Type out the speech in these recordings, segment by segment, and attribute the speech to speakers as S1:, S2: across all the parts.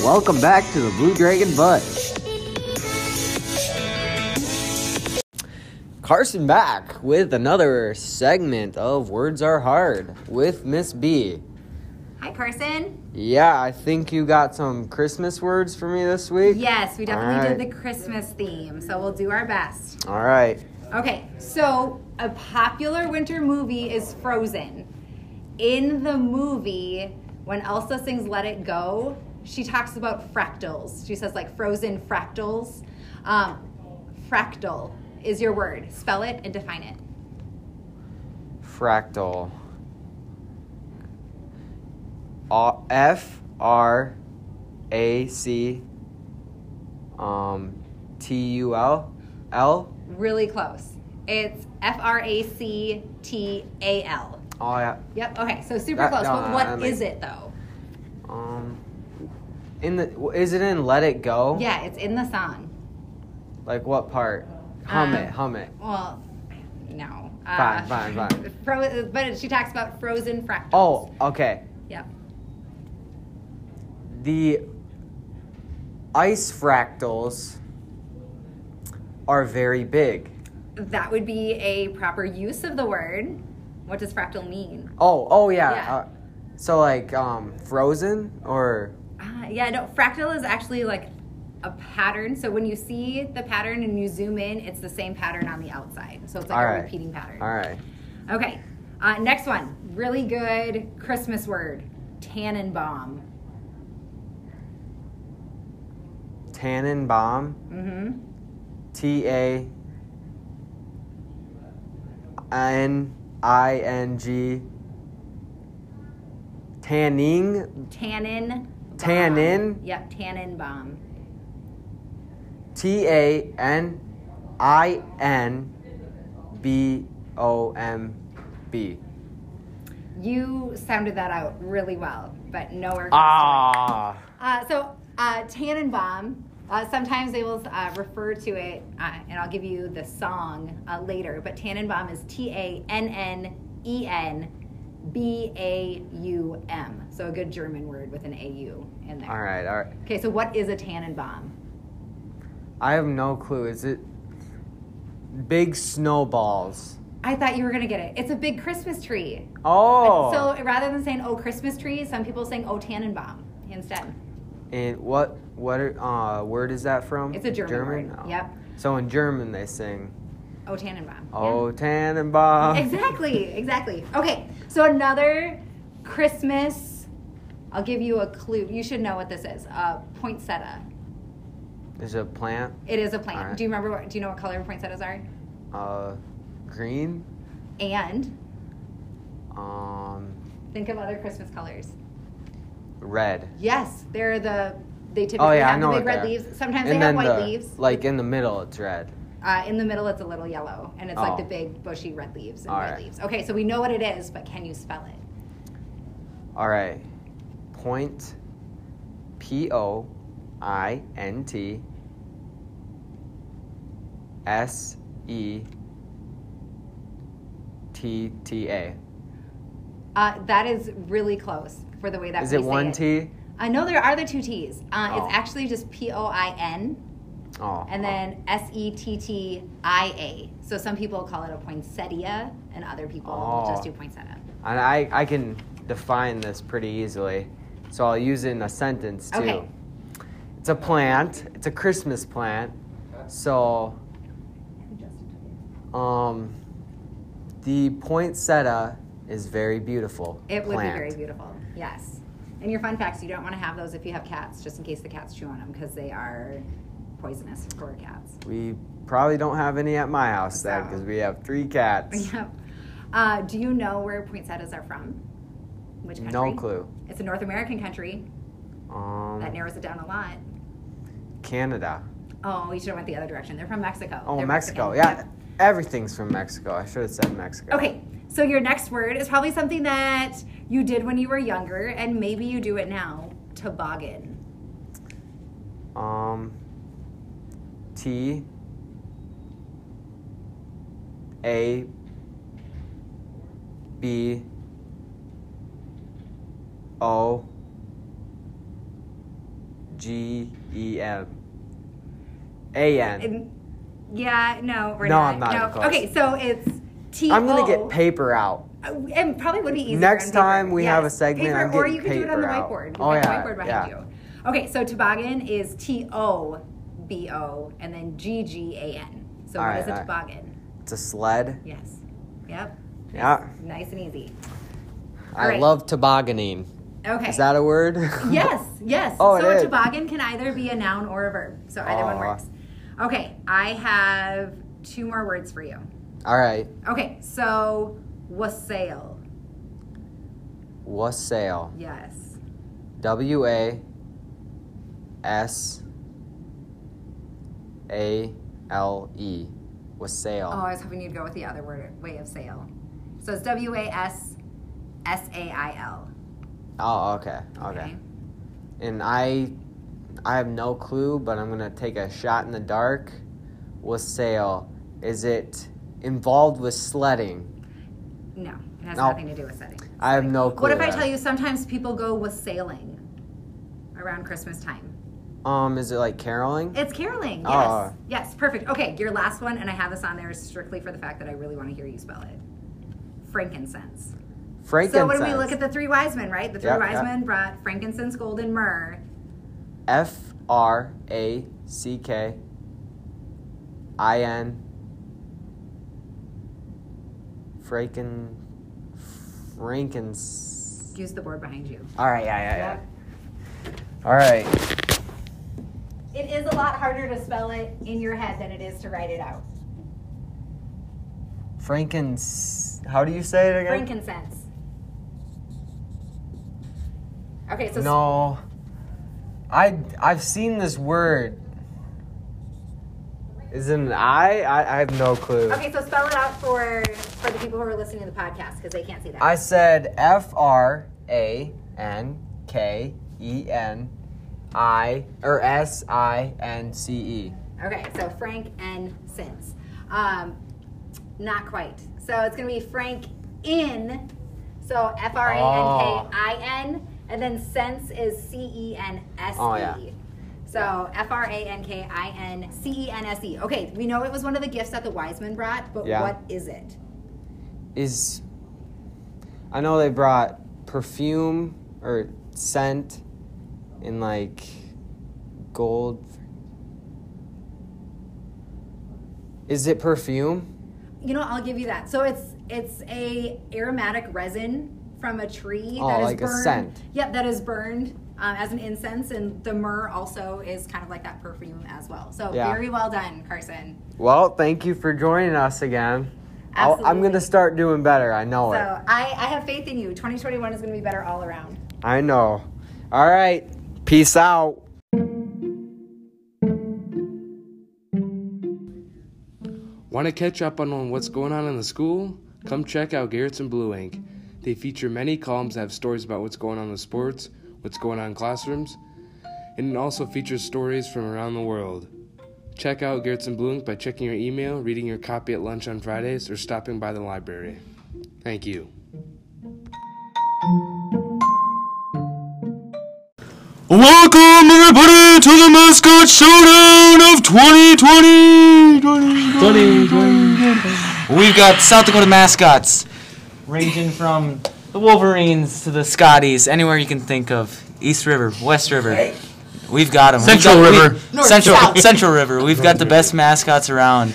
S1: Welcome back to the Blue Dragon Buzz. Carson back with another segment of Words Are Hard with Miss B.
S2: Hi, Carson.
S1: Yeah, I think you got some Christmas words for me this week.
S2: Yes, we definitely
S1: All right.
S2: did the Christmas theme, so we'll do our best.
S1: All right.
S2: Okay, so a popular winter movie is Frozen. In the movie, when Elsa sings Let It Go, she talks about fractals. She says, like, frozen fractals. Um, fractal is your word. Spell it and define it.
S1: Fractal. Uh, F R A C um T U L L.
S2: Really close. It's F R A C T A L.
S1: Oh yeah.
S2: Yep, okay, so super
S1: That-
S2: close.
S1: no,
S2: but
S1: no,
S2: what
S1: I
S2: is
S1: like-
S2: it, though?
S1: Um in the w- is it in Let It Go?
S2: Yeah, it's in the song.
S1: Like what part? Hum
S2: Um,
S1: it, hum it.
S2: Well, no. Uh,
S1: Fine, fine, fine.
S2: Fro- but she talks about frozen fractals.
S1: Oh, okay.
S2: Yep.
S1: The ice fractals are very big.
S2: That would be a proper use of the word. What does fractal mean?
S1: Oh, oh yeah.
S2: Yeah.
S1: Uh, so like um frozen or
S2: Uh, yeah, no, fractal is actually like a pattern. So when you see the pattern and you zoom in, it's the same pattern on the outside. So it's like
S1: All
S2: a
S1: right.
S2: repeating pattern.
S1: all right.
S2: Okay. Uh, next one. Really good Christmas word. Tannenbaum.
S1: Tannenbaum.
S2: Mm-hmm.
S1: T A N I N G. Tanning.
S2: Tannin.
S1: Tannin?
S2: Yep, Tannenbaum.
S1: T A N I N B O M B.
S2: You sounded that out really well, but nowhere. close to
S1: Ah.
S2: it. Uh, so uh, Tannenbaum. Uh, sometimes they will uh, refer to it, uh, and I'll give you the song uh, later. But Tannenbaum is T A N N E N B A U M. So a good German word with an A U in there.
S1: All right. All right.
S2: Okay, so what is a Tannenbaum?
S1: I have no clue. Is it big snowballs?
S2: I thought you were gonna get it. It's a big Christmas tree.
S1: Oh.
S2: So rather than saying "Oh Christmas tree," some people saying "Oh Tannenbaum" instead.
S1: and what what are, uh, word is that from?
S2: It's a German, word.
S1: Oh.
S2: Yep.
S1: So in German they sing
S2: Oh Tannenbaum.
S1: "Oh Tannenbaum."
S2: Yeah. Exactly. Exactly. Okay. So another Christmas. I'll give you a clue. You should know what this is. Uh, poinsettia.
S1: Is it a plant?
S2: It is a plant.
S1: All right.
S2: Do you remember what? Do you know what color poinsettias are?
S1: Uh, green.
S2: And
S1: Um,
S2: think of other Christmas colors.
S1: red.
S2: Yes, they're the. They typically
S1: Oh yeah, I
S2: have
S1: know
S2: the big
S1: what
S2: red
S1: they are.
S2: leaves. Sometimes
S1: and
S2: they
S1: then
S2: have white
S1: the-
S2: leaves.
S1: Like in the middle, it's red.
S2: Uh, in the middle, it's a little yellow, and it's
S1: Oh.
S2: like the big bushy red leaves and
S1: All
S2: white
S1: right.
S2: leaves. Okay, so we know what it is, but can you spell it?
S1: All right. Point. P O I N T. S E. T T A.
S2: Uh, that is really close for the way that
S1: Is
S2: we
S1: it
S2: say
S1: one T?
S2: I know there are the two T's. Uh,
S1: Oh.
S2: It's actually just P O I N
S1: Oh.
S2: and
S1: oh.
S2: then S E T T I A. So some people call it a poinsettia, and other people
S1: Oh.
S2: just do poinsettia.
S1: And I, I can define this pretty easily, so I'll use it in a sentence too.
S2: Okay.
S1: It's a plant. It's a Christmas plant. So, um, the poinsettia is very beautiful.
S2: It would
S1: plant.
S2: be very beautiful. Yes. And your fun facts you don't want to have those if you have cats, just in case the cats chew on them, because they are poisonous for cats.
S1: We probably don't have any at my house then,
S2: So-
S1: because we have three cats.
S2: Yep. Uh, do you know where poinsettias are from? Which country?
S1: No clue.
S2: It's a North American country. That
S1: Um,
S2: narrows it down a lot.
S1: Canada.
S2: Oh, you should have went the other direction. They're from Mexico.
S1: Oh,
S2: They're
S1: Mexico.
S2: Mexican.
S1: Yeah, everything's from Mexico. I should have said Mexico.
S2: Okay, so your next word is probably something that you did when you were younger, and maybe you do it now. Toboggan.
S1: Um, T A B O G G A N. G E M. A N.
S2: And- yeah, no, we're
S1: No,
S2: not.
S1: I'm not even close.
S2: Okay, so it's T.
S1: I'm gonna
S2: O.
S1: get paper out.
S2: Uh, It probably would be easier.
S1: Next
S2: on paper.
S1: time we have a segment,
S2: paper,
S1: I'm
S2: or
S1: getting
S2: you can do it on
S1: paper
S2: the
S1: out.
S2: whiteboard. We've
S1: Oh,
S2: got
S1: yeah,
S2: the whiteboard
S1: yeah.
S2: behind you. Okay, so toboggan is T O B O and then G G A N. So
S1: All
S2: what
S1: right,
S2: is a
S1: all right.
S2: toboggan?
S1: It's a sled.
S2: Yes. Yep.
S1: Yeah.
S2: Nice and easy.
S1: I
S2: Alright.
S1: love tobogganing.
S2: Okay.
S1: Is that a word?
S2: yes, yes.
S1: Oh, it
S2: so a
S1: is.
S2: toboggan can either be a noun or a verb. So either one
S1: Aw.
S2: works. Okay, I have two more words for you.
S1: All right.
S2: Okay, so wassail.
S1: Wassail.
S2: Yes.
S1: W A S A L E. Wassail.
S2: Oh, I was hoping you'd go with the other word, way of sale. So it's W A S S A I L.
S1: Oh, okay. Okay. And I I have no clue, but I'm gonna take a shot in the dark. Wassail. Is it involved with sledding?
S2: No, it has
S1: No.
S2: nothing to do with setting.
S1: I have no clue.
S2: What if I
S1: then.
S2: tell you sometimes people go with sailing around Christmas time?
S1: Um, is it like caroling?
S2: It's caroling. Yes.
S1: Oh.
S2: Yes, perfect. Okay, your last one, and I have this on there strictly for the fact that I really want to hear you spell it frankincense. So,
S1: Frankincense.
S2: what do we look at the three wise men, right? The three
S1: Yep,
S2: wise
S1: yep.
S2: men brought frankincense, gold, and myrrh.
S1: F R A C K I N Franken Frankens.
S2: Use the board behind you.
S1: All right, yeah, yeah, yeah. All right.
S2: It is a lot harder to spell it in your head than it is to write it out.
S1: Frankens. How do you say it again?
S2: Frankincense. Okay, so
S1: No. I I've seen this word. Is it an I? I I have no clue.
S2: okay, so spell it out for for the people who are listening to the podcast because they can't see that.
S1: I said F R A N K E N I or S I N C E.
S2: okay, so Frank and since, um, not quite. So it's gonna be Frank in, so F R A N K I N, and then sense is C E N S E.
S1: Oh, yeah.
S2: So F R A N K I N C E N S E. Okay, we know it was one of the gifts that the wise men brought, but
S1: Yeah.
S2: what is it?
S1: Is I know they brought perfume or scent in like gold. Is it perfume?
S2: You know, I'll give you that. So it's it's a aromatic resin from a tree
S1: Oh,
S2: that is
S1: like a
S2: burned.
S1: scent.
S2: Yep, that is burned um, as an incense, and the myrrh also is kind of like that perfume as well. So
S1: Yeah.
S2: very well done, Carson.
S1: Well, thank you for joining us again. I'll- I'm
S2: Absolutely.
S1: gonna start doing better. I know
S2: So
S1: it.
S2: I, I have faith in you. 2021 is going to be better all around.
S1: I know. All right. Peace out.
S3: Want to catch up on what's going on in the school? Come check out Garrett's and Blue Ink. They feature many columns that have stories about what's going on in sports, what's going on in classrooms, and it also features stories from around the world. Check out Garrett's and Blue Ink by checking your email, reading your copy at lunch on Fridays, or stopping by the library. Thank you.
S4: Welcome everybody to the mascot showdown of 2020. 2020. We've got South Dakota mascots ranging from the Wolverines to the Scotties, anywhere you can think of. East River, West River. We've got them.
S5: Central River.
S4: Central Central River. We've got the best mascots around.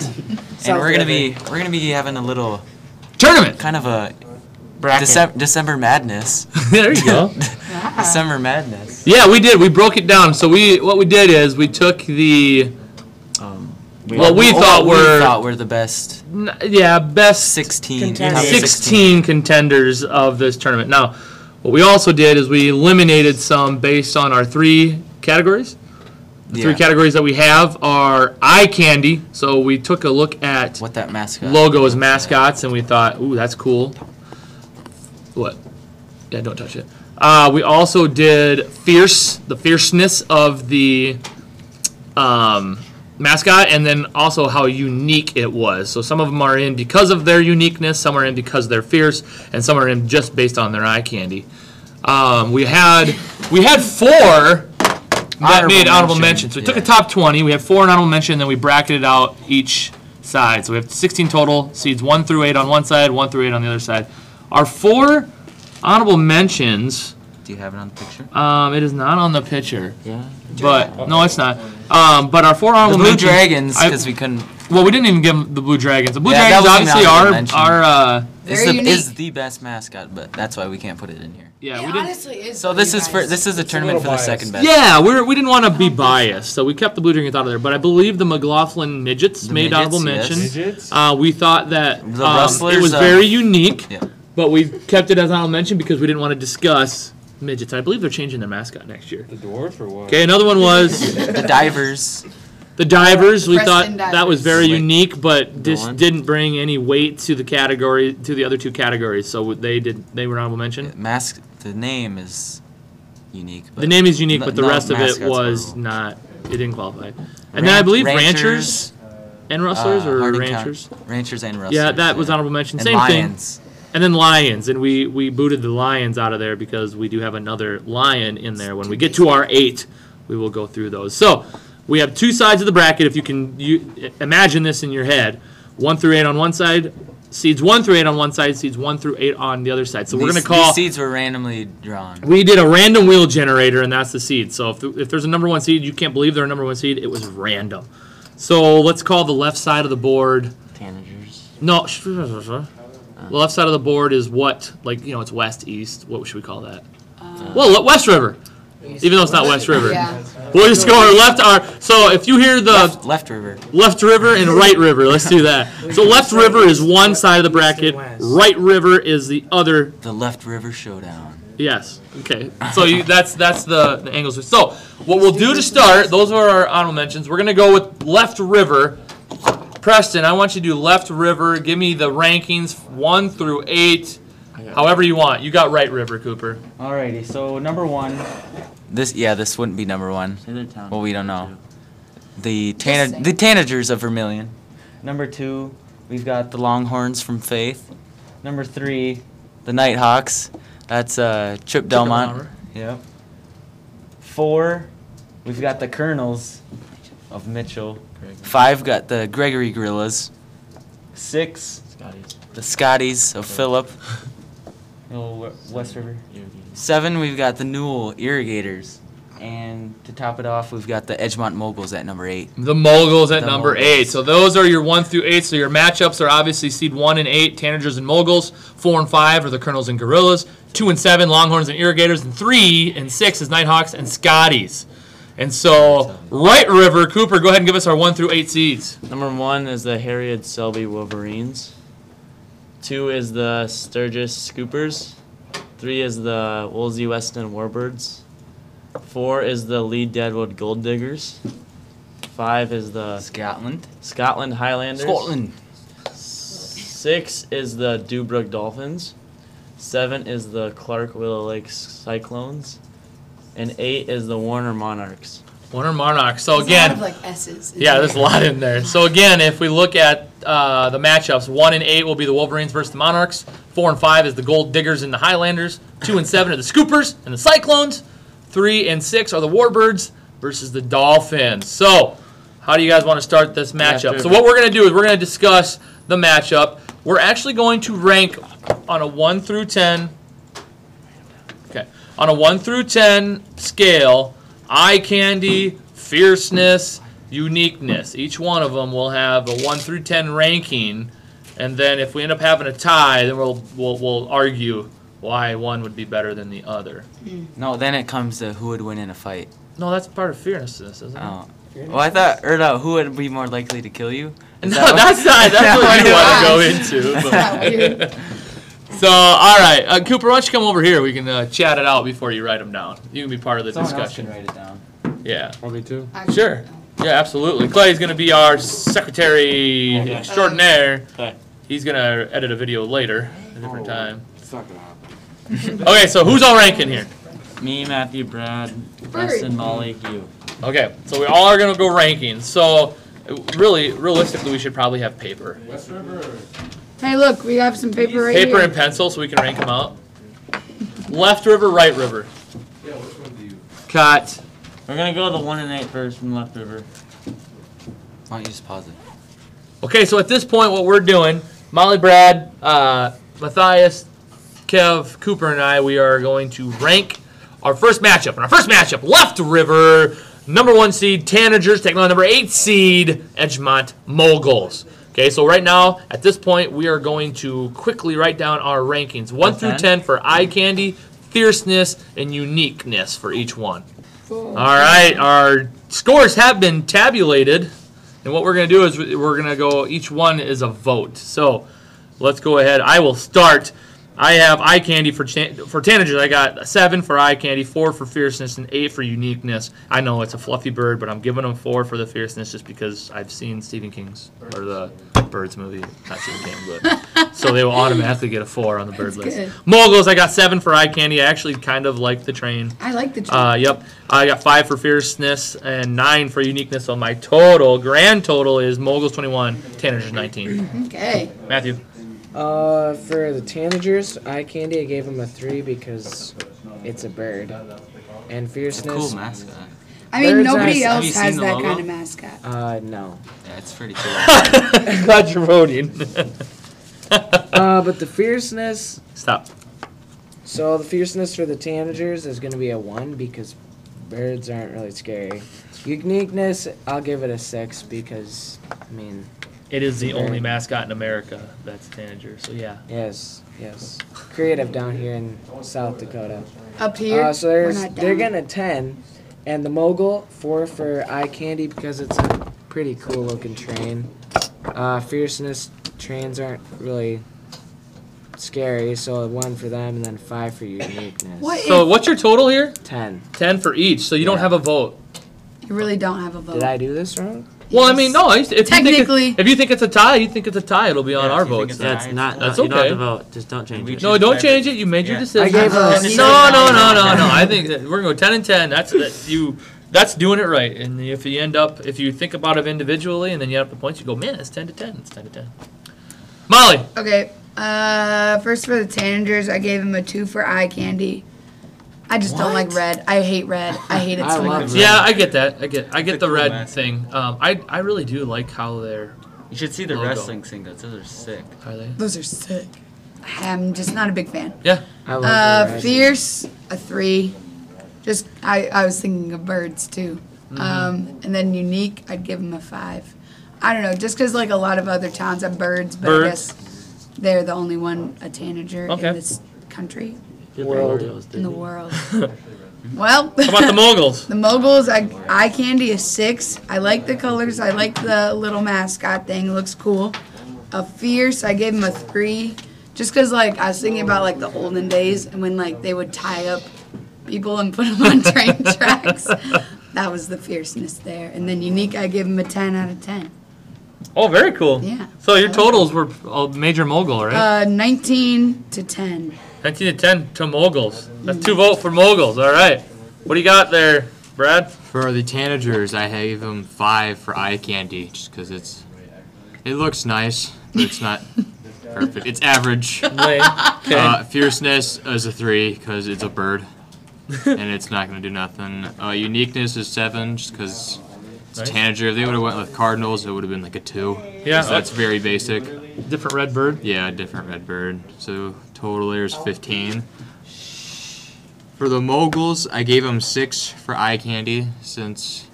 S4: And we're going to be we're going to be having a little
S5: Tournament.
S4: kind of a
S5: Bracket.
S4: Decem- December madness.
S5: there you go.
S4: December madness.
S5: yeah, we did. We broke it down. So we what we did is we took the Well, Um, we
S4: What
S5: thought were-
S4: Oh, we thought were the best
S5: n- yeah best
S4: 16
S6: Contenders.
S4: top
S5: 16 contenders of this tournament. Now, what we also did is we eliminated some based on our three categories. The three
S4: Yeah.
S5: categories that we have are eye candy. So we took a look at
S4: What that mascot?
S5: logos, mascots, and we thought, ooh, that's cool. What? Yeah, don't touch it. Uh, we also did fierce, the fierceness of the um, mascot, and then also how unique it was. So some of them are in because of their uniqueness, some are in because they're fierce, and some are in just based on their eye candy. Um, we had we had four that made honorable
S4: mention,
S5: mentions. So we took a
S4: yeah.
S5: top 20. We have four in honorable mention, and then we bracketed out each side. So we have 16 total seeds, one through eight on one side, one through eight on the other side. Our four honorable mentions.
S4: Do you have it on the picture?
S5: Um, it is not on the picture,
S4: Yeah.
S5: but no, it's not. Um, but our four
S4: The
S5: honorable
S4: Blue
S5: mentions.
S4: Dragons,
S5: I-
S4: because we couldn't.
S5: Well, we didn't even give 'em the Blue Dragons. The Blue
S4: Yeah, that
S5: Dragons
S4: was an
S5: obviously
S4: honorable
S5: are
S4: mention.
S5: are uh,
S4: It's
S2: Very
S4: the,
S2: unique.
S4: is the best mascot, but that's why we can't put it in here.
S5: yeah.
S6: It
S5: We didn't,
S6: honestly is.
S4: So this is for this is a
S6: It's a
S4: tournament for
S6: little
S4: the
S6: biased.
S4: second best.
S5: yeah, we're we didn't want to be biased, so we kept the Blue Dragons out of there. But I believe the McLaughlin midgets
S4: The
S5: made honorable
S4: Midgets,
S5: mention.
S4: yes.
S7: Digits?
S5: Uh, we thought that
S4: The
S5: um, it
S4: Rustlers
S5: was
S4: of-
S5: very unique,
S4: Yeah.
S5: but we kept it as honorable mention because we didn't want to discuss midgets. I believe they're changing their mascot next year.
S7: The dwarf or what?
S5: Okay, another one was
S4: The divers.
S5: the divers. We thought
S6: Preston
S5: that was very
S4: Divers.
S5: unique, but just
S4: one?
S5: didn't bring any weight to the category to the other two categories. So they did they were honorable mention.
S4: Mask. The name is unique. But
S5: The name is unique,
S4: no-
S5: but the
S4: no
S5: rest of it
S4: mascots
S5: was
S4: were-
S5: not. It didn't qualify. And then I believe ranchers, and rustlers
S4: uh,
S5: or
S4: Harding County-
S5: ranchers.
S4: Ranchers and rustlers.
S5: yeah, that was honorable mention.
S4: And
S5: Same thing.
S4: lions.
S5: And then lions, and we we booted the lions out of there because we do have another lion in there. When we get to our eight, we will go through those. So we have two sides of the bracket. If you can you imagine this in your head, one through eight on one side. Seeds one through eight on one side, seeds one through eight on the other side. So we're
S4: These-
S5: gonna call
S4: these seeds were randomly drawn.
S5: we did a random wheel generator, and that's the seed. So if, if there's a number one seed, you can't believe they're a number one seed. It was random. So let's call the left side of the board.
S4: Tanagers.
S5: No, the left side of the board is what, like you know, it's west, east. What should we call that?
S4: Uh,
S5: well, le- West River, even though it's not West River.
S6: Yeah.
S5: We'll just go our left. Our so if you hear the
S4: Left, left river.
S5: Left river and right river. Let's do that. So left river is one side of the bracket. Right river is the other
S4: The left river showdown.
S5: Yes. Okay. So you, that's that's the, the angles. So what we'll do to start, those are our honorable mentions. We're gonna go with Left River. Preston, I want you to do Left River. Give me the rankings one through eight, however you want. You got Right River, Cooper.
S8: Alrighty, so number one.
S4: This yeah, this wouldn't be number one. Well, we don't know. The
S6: say.
S4: Tana- the Tanagers of Vermilion.
S8: Number two. We've got
S4: The Longhorns from Faith.
S8: number three.
S4: The Nighthawks. That's uh, Chip Delmont.
S8: Yep. Four. We've got the Colonels of Mitchell.
S4: Five got the Gregory Gorillas.
S8: Six.
S4: The Scotties of Phillip.
S8: Oh, we- West River.
S4: Seven, we've got the Newell Irrigators. And to top it off, we've got the Edgemont Moguls at number eight.
S5: The Moguls at
S4: The
S5: number
S4: Moguls.
S5: eight. So those are your one through eight. So your matchups are obviously seed one and eight, Tanagers and Moguls. Four and five are the Colonels and Gorillas. Two and seven, Longhorns and Irrigators. And three and six is Nighthawks and Scotties. And so, Right River, Cooper, go ahead and give us our one through eight seeds.
S9: Number one is the Harriet Selby Wolverines. Two is the Sturgis Scoopers. Three is the Woolsey Weston Warbirds. Four is the Lee Deadwood Gold Diggers. Five is the
S4: Scotland.
S9: Scotland Highlanders.
S4: Scotland.
S9: Six is the Dubrook Dolphins. Seven is the Clark Willow Lake Cyclones. And eight is the Warner Monarchs.
S5: Warner Monarchs. So
S6: There's a
S5: again,
S6: lot of, like S's. in
S5: Yeah,
S6: there.
S5: there's a lot in there. So again, if we look at uh, the matchups, one and eight will be the Wolverines versus the Monarchs. Four and five is the Gold Diggers and the Highlanders. Two and seven are the Scoopers and the Cyclones. Three and six are the Warbirds versus the Dolphins. So, how do you guys want to start this matchup? So what we're gonna do is we're gonna discuss the matchup. We're actually going to rank on a one through ten. Okay. On a 1 through 10 scale, eye candy, fierceness, uniqueness. Each one of them will have a 1 through 10 ranking. And then if we end up having a tie, then we'll, we'll, we'll argue why one would be better than the other.
S8: Hmm.
S4: No, then it comes to who would win in a fight.
S5: No, that's part of fierceness, isn't it?
S4: Oh. Well, I thought, or no, who would be more likely to kill you? Is that
S5: no,
S4: what-
S5: that's not. That's what you want
S6: that
S5: to go into.
S6: Isn't that weird?
S5: but- So, all right, uh, Cooper, why don't you come over here? We can uh, chat it out before you write them down. You can be part of the
S8: Someone else
S5: discussion.
S8: should write it down.
S5: Yeah.
S3: Want me too?
S6: Actually,
S5: Sure. Yeah, absolutely. Clay's gonna be our secretary extraordinaire.
S9: Okay.
S5: He's gonna edit a video later, a different time.
S3: Oh, It's not gonna happen.
S5: Okay, so who's all ranking here?
S9: Me, Matthew, Brad, Preston, Molly, you.
S5: Okay, so we all are gonna go ranking. So, uh, really, realistically, we should probably have paper,
S6: Hey, look, we have some paper right
S5: paper
S6: here.
S5: and pencil, so we can rank them out. Left river, right river. Yeah, which one do you? Cut.
S8: We're gonna go the one and eight first from Left River.
S4: Why don't you just pause it?
S5: Okay, so at this point, what we're doing, Molly, Brad, uh, Matthias, Kev, Cooper, and I, we are going to rank our first matchup. And our first matchup, Left River, number one seed Tanagers taking on number eight seed Edgemont Moguls. Okay, so right now, at this point, we are going to quickly write down our rankings one through
S8: Okay.
S5: ten for eye candy, fierceness, and uniqueness for each one. All right, our scores have been tabulated. And what we're going to do is we- we're going to go, each one is a vote. So let's go ahead. I will start. I have eye candy for chan for tanagers. I got a seven for eye candy, four for fierceness, and eight for uniqueness. I know it's a fluffy bird, but I'm giving them four for the fierceness just because I've seen Stephen King's or the birds movie, not Stephen King, but so they will automatically get a four on the bird
S6: That's
S5: list.
S6: good.
S5: Moguls, I got seven for eye candy. I actually kind of like the train.
S6: I like the.
S5: Uh, yep. I got five for fierceness and nine for uniqueness. So my total, grand total, is moguls 21, tanagers 19.
S6: okay.
S5: Matthew.
S7: Uh, for the tanagers, eye candy, I gave him a three because it's a bird, and
S4: It's a cool
S7: fierceness.
S4: mascot.
S6: I mean,
S7: Bird's eyes.
S6: nobody
S4: Have you
S6: else has
S4: seen the
S6: that
S4: logo?
S6: kind of mascot.
S7: uh, no.
S4: Yeah, it's pretty cool.
S5: Glad you're voting.
S7: uh, but the fierceness.
S5: Stop.
S7: So the fierceness for the tanagers is gonna be a one because birds aren't really scary. Uniqueness, I'll give it a six because I mean,
S5: It is the
S7: Okay.
S5: only mascot in America that's a tanager. So yeah.
S7: yes, yes, creative down here in South Dakota.
S6: Up here.
S7: Uh, so
S6: we're
S7: there's
S6: not
S7: they're
S6: down.
S7: getting a ten, and the mogul four for eye candy because it's a pretty cool looking train. Uh, fierceness trains aren't really scary, so one for them and then five for uniqueness.
S6: What
S5: So
S6: if-
S5: what's your total here?
S7: Ten.
S5: 10 for each. So you don't
S7: Yeah.
S5: have a vote.
S6: You really don't have a vote.
S7: Did I do this wrong?
S5: Well, I mean, no. If you think it-
S6: Technically.
S5: if you think it's a tie, you think it's a tie. It'll be on
S8: Yeah,
S5: our
S8: if you think
S5: votes.
S8: it's a
S5: then.
S8: tie.
S9: That's not.
S5: That's
S9: You don't have
S5: okay.
S9: to vote. Just don't change
S8: We
S9: it.
S8: just-
S5: No, don't
S8: tiebreaker.
S5: change it. You made your
S8: Yeah.
S5: decision.
S7: I gave a-
S5: no, no, no, no, no. I think that we're gonna go ten and ten. That's that you. That's doing it right. And if you end up, if you think about it individually, and then you add up the points, you go, man, it's ten to ten. It's ten to ten. Molly,
S6: Okay. Uh, first for the Tanagers, I gave him a two for eye candy. I just don't like red. I hate red. I hate it
S7: I
S6: so
S7: love
S6: much.
S7: red.
S5: yeah, I get that. I get, I get
S8: It's a
S5: the
S8: cool
S5: red
S8: mask.
S5: thing. Um, I, I really do like how they're,
S8: You should see the
S5: Logo.
S8: wrestling singles. Those are sick.
S5: are they?
S6: Those are sick. I'm just not a big fan.
S5: Yeah,
S7: I love the
S6: Uh,
S7: red.
S6: fierce a three. Just I, I was thinking of birds too.
S7: Mm-hmm.
S6: Um, and then unique, I'd give him a five. I don't know, just because like a lot of other towns have birds, but I
S5: Birds.
S6: guess they're the only one a tanager
S5: Okay.
S6: in this country
S9: Did the
S7: World.
S9: Oreos,
S6: in
S9: didn't
S6: the
S9: you?
S6: world. well,
S5: how about the moguls?
S6: The moguls, I eye candy is six. I like the colors. I like the little mascot thing. Looks cool. A fierce, I gave him a three, just cause like I was thinking about like the olden days and when like they would tie up people and put them on train tracks. That was the fierceness there. And then unique, I gave him a ten out of ten.
S5: Oh, very cool.
S6: Yeah.
S5: So your totals were a major mogul, right?
S6: Uh, nineteen to ten.
S5: 19 to 10 to moguls. That's two vote for moguls. All right. What do you got there, Brad?
S10: For the tanagers, I gave them five for eye candy, just because it's it looks nice, but it's not perfect. It's average.
S5: Lane. Okay.
S10: Uh, fierceness is a three because it's a bird, and it's not gonna do nothing. Uh, uniqueness is seven, just because it's
S5: Nice.
S10: a tanager. If they would have went with cardinals, it would have been like a two.
S5: yeah,
S10: so that's very basic.
S5: different red bird.
S10: Yeah, different red bird. So total there's 15. For the moguls, I gave them six for eye candy since,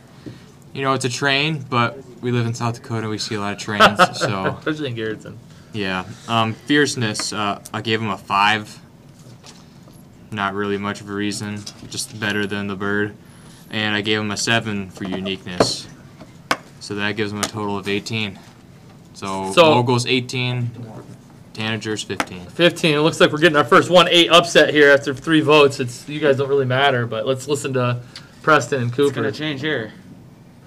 S10: you know, it's a train, but we live in South Dakota, we see a lot of trains. so
S5: Especially in Garrettson.
S10: yeah, um, fierceness, uh, I gave him a five. Not really much of a reason, just better than the bird, and I gave him a seven for uniqueness. So that gives him a total of eighteen. So,
S5: So-
S10: moguls eighteen, tanagers fifteen.
S5: 15. It looks like we're getting our first 1 8 upset here after three votes. It's You guys don't really matter, but let's listen to Preston and
S8: It's gonna
S5: Cooper.
S8: change here.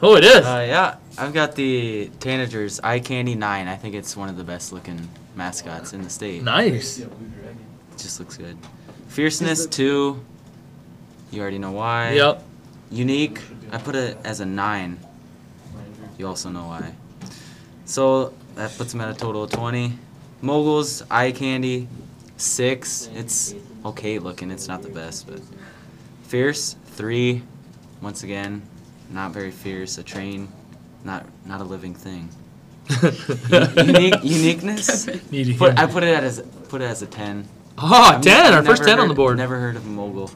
S5: Oh, it is.
S8: Uh, yeah.
S7: I've got the Tanagers Eye Candy 9. I think it's one of the best looking mascots in the state.
S5: nice.
S7: It just looks good.
S8: Fierceness two. You already know why.
S5: Yep.
S8: Unique. I put it as a nine. You also know why. So that puts him at a total of twenty. Moguls Eye Candy six. It's okay looking. It's not the best, but fierce three. Once again, not very fierce. A train, not not a living thing. Unique, uniqueness.
S5: Need to
S8: Put,
S5: hear
S8: I put it at as put it as a ten.
S5: Ah,
S8: I've
S5: 10,
S8: ne-
S5: our first
S8: never
S5: 10 on the
S8: heard-
S5: board.
S8: Never heard of a mogul.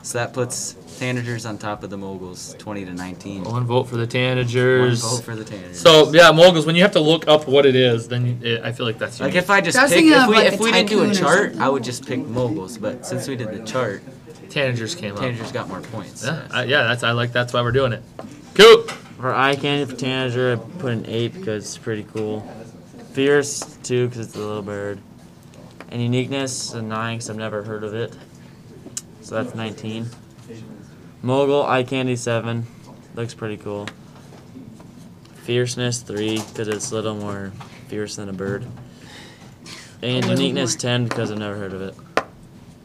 S8: So that puts Tanagers on top of the moguls, twenty to nineteen.
S5: One vote for the Tanagers.
S8: One vote for the Tanagers.
S5: So yeah, moguls. When you have to look up what it is, then you, I feel like that's
S8: Like
S5: unique.
S8: if I just
S6: I was
S8: pick,
S6: thinking
S8: if
S6: of,
S8: we,
S6: like,
S8: if
S6: a
S8: we didn't do a
S6: tycoon or
S8: chart,
S6: something.
S8: I would just pick moguls. But since we did the chart,
S5: Tanagers came up.
S8: Tanagers got more points.
S5: Yeah, I, yeah. That's I like. That's why we're doing it. Cool.
S9: For eye candy for Tanager, I put an eight because it's pretty cool. Fierce too because it's a little bird. And uniqueness a nine because I've never heard of it. So that's nineteen. Mogul eye candy seven, looks pretty cool. Fierceness three because it's a little more fierce than a bird. And uniqueness ten because I've never heard of it.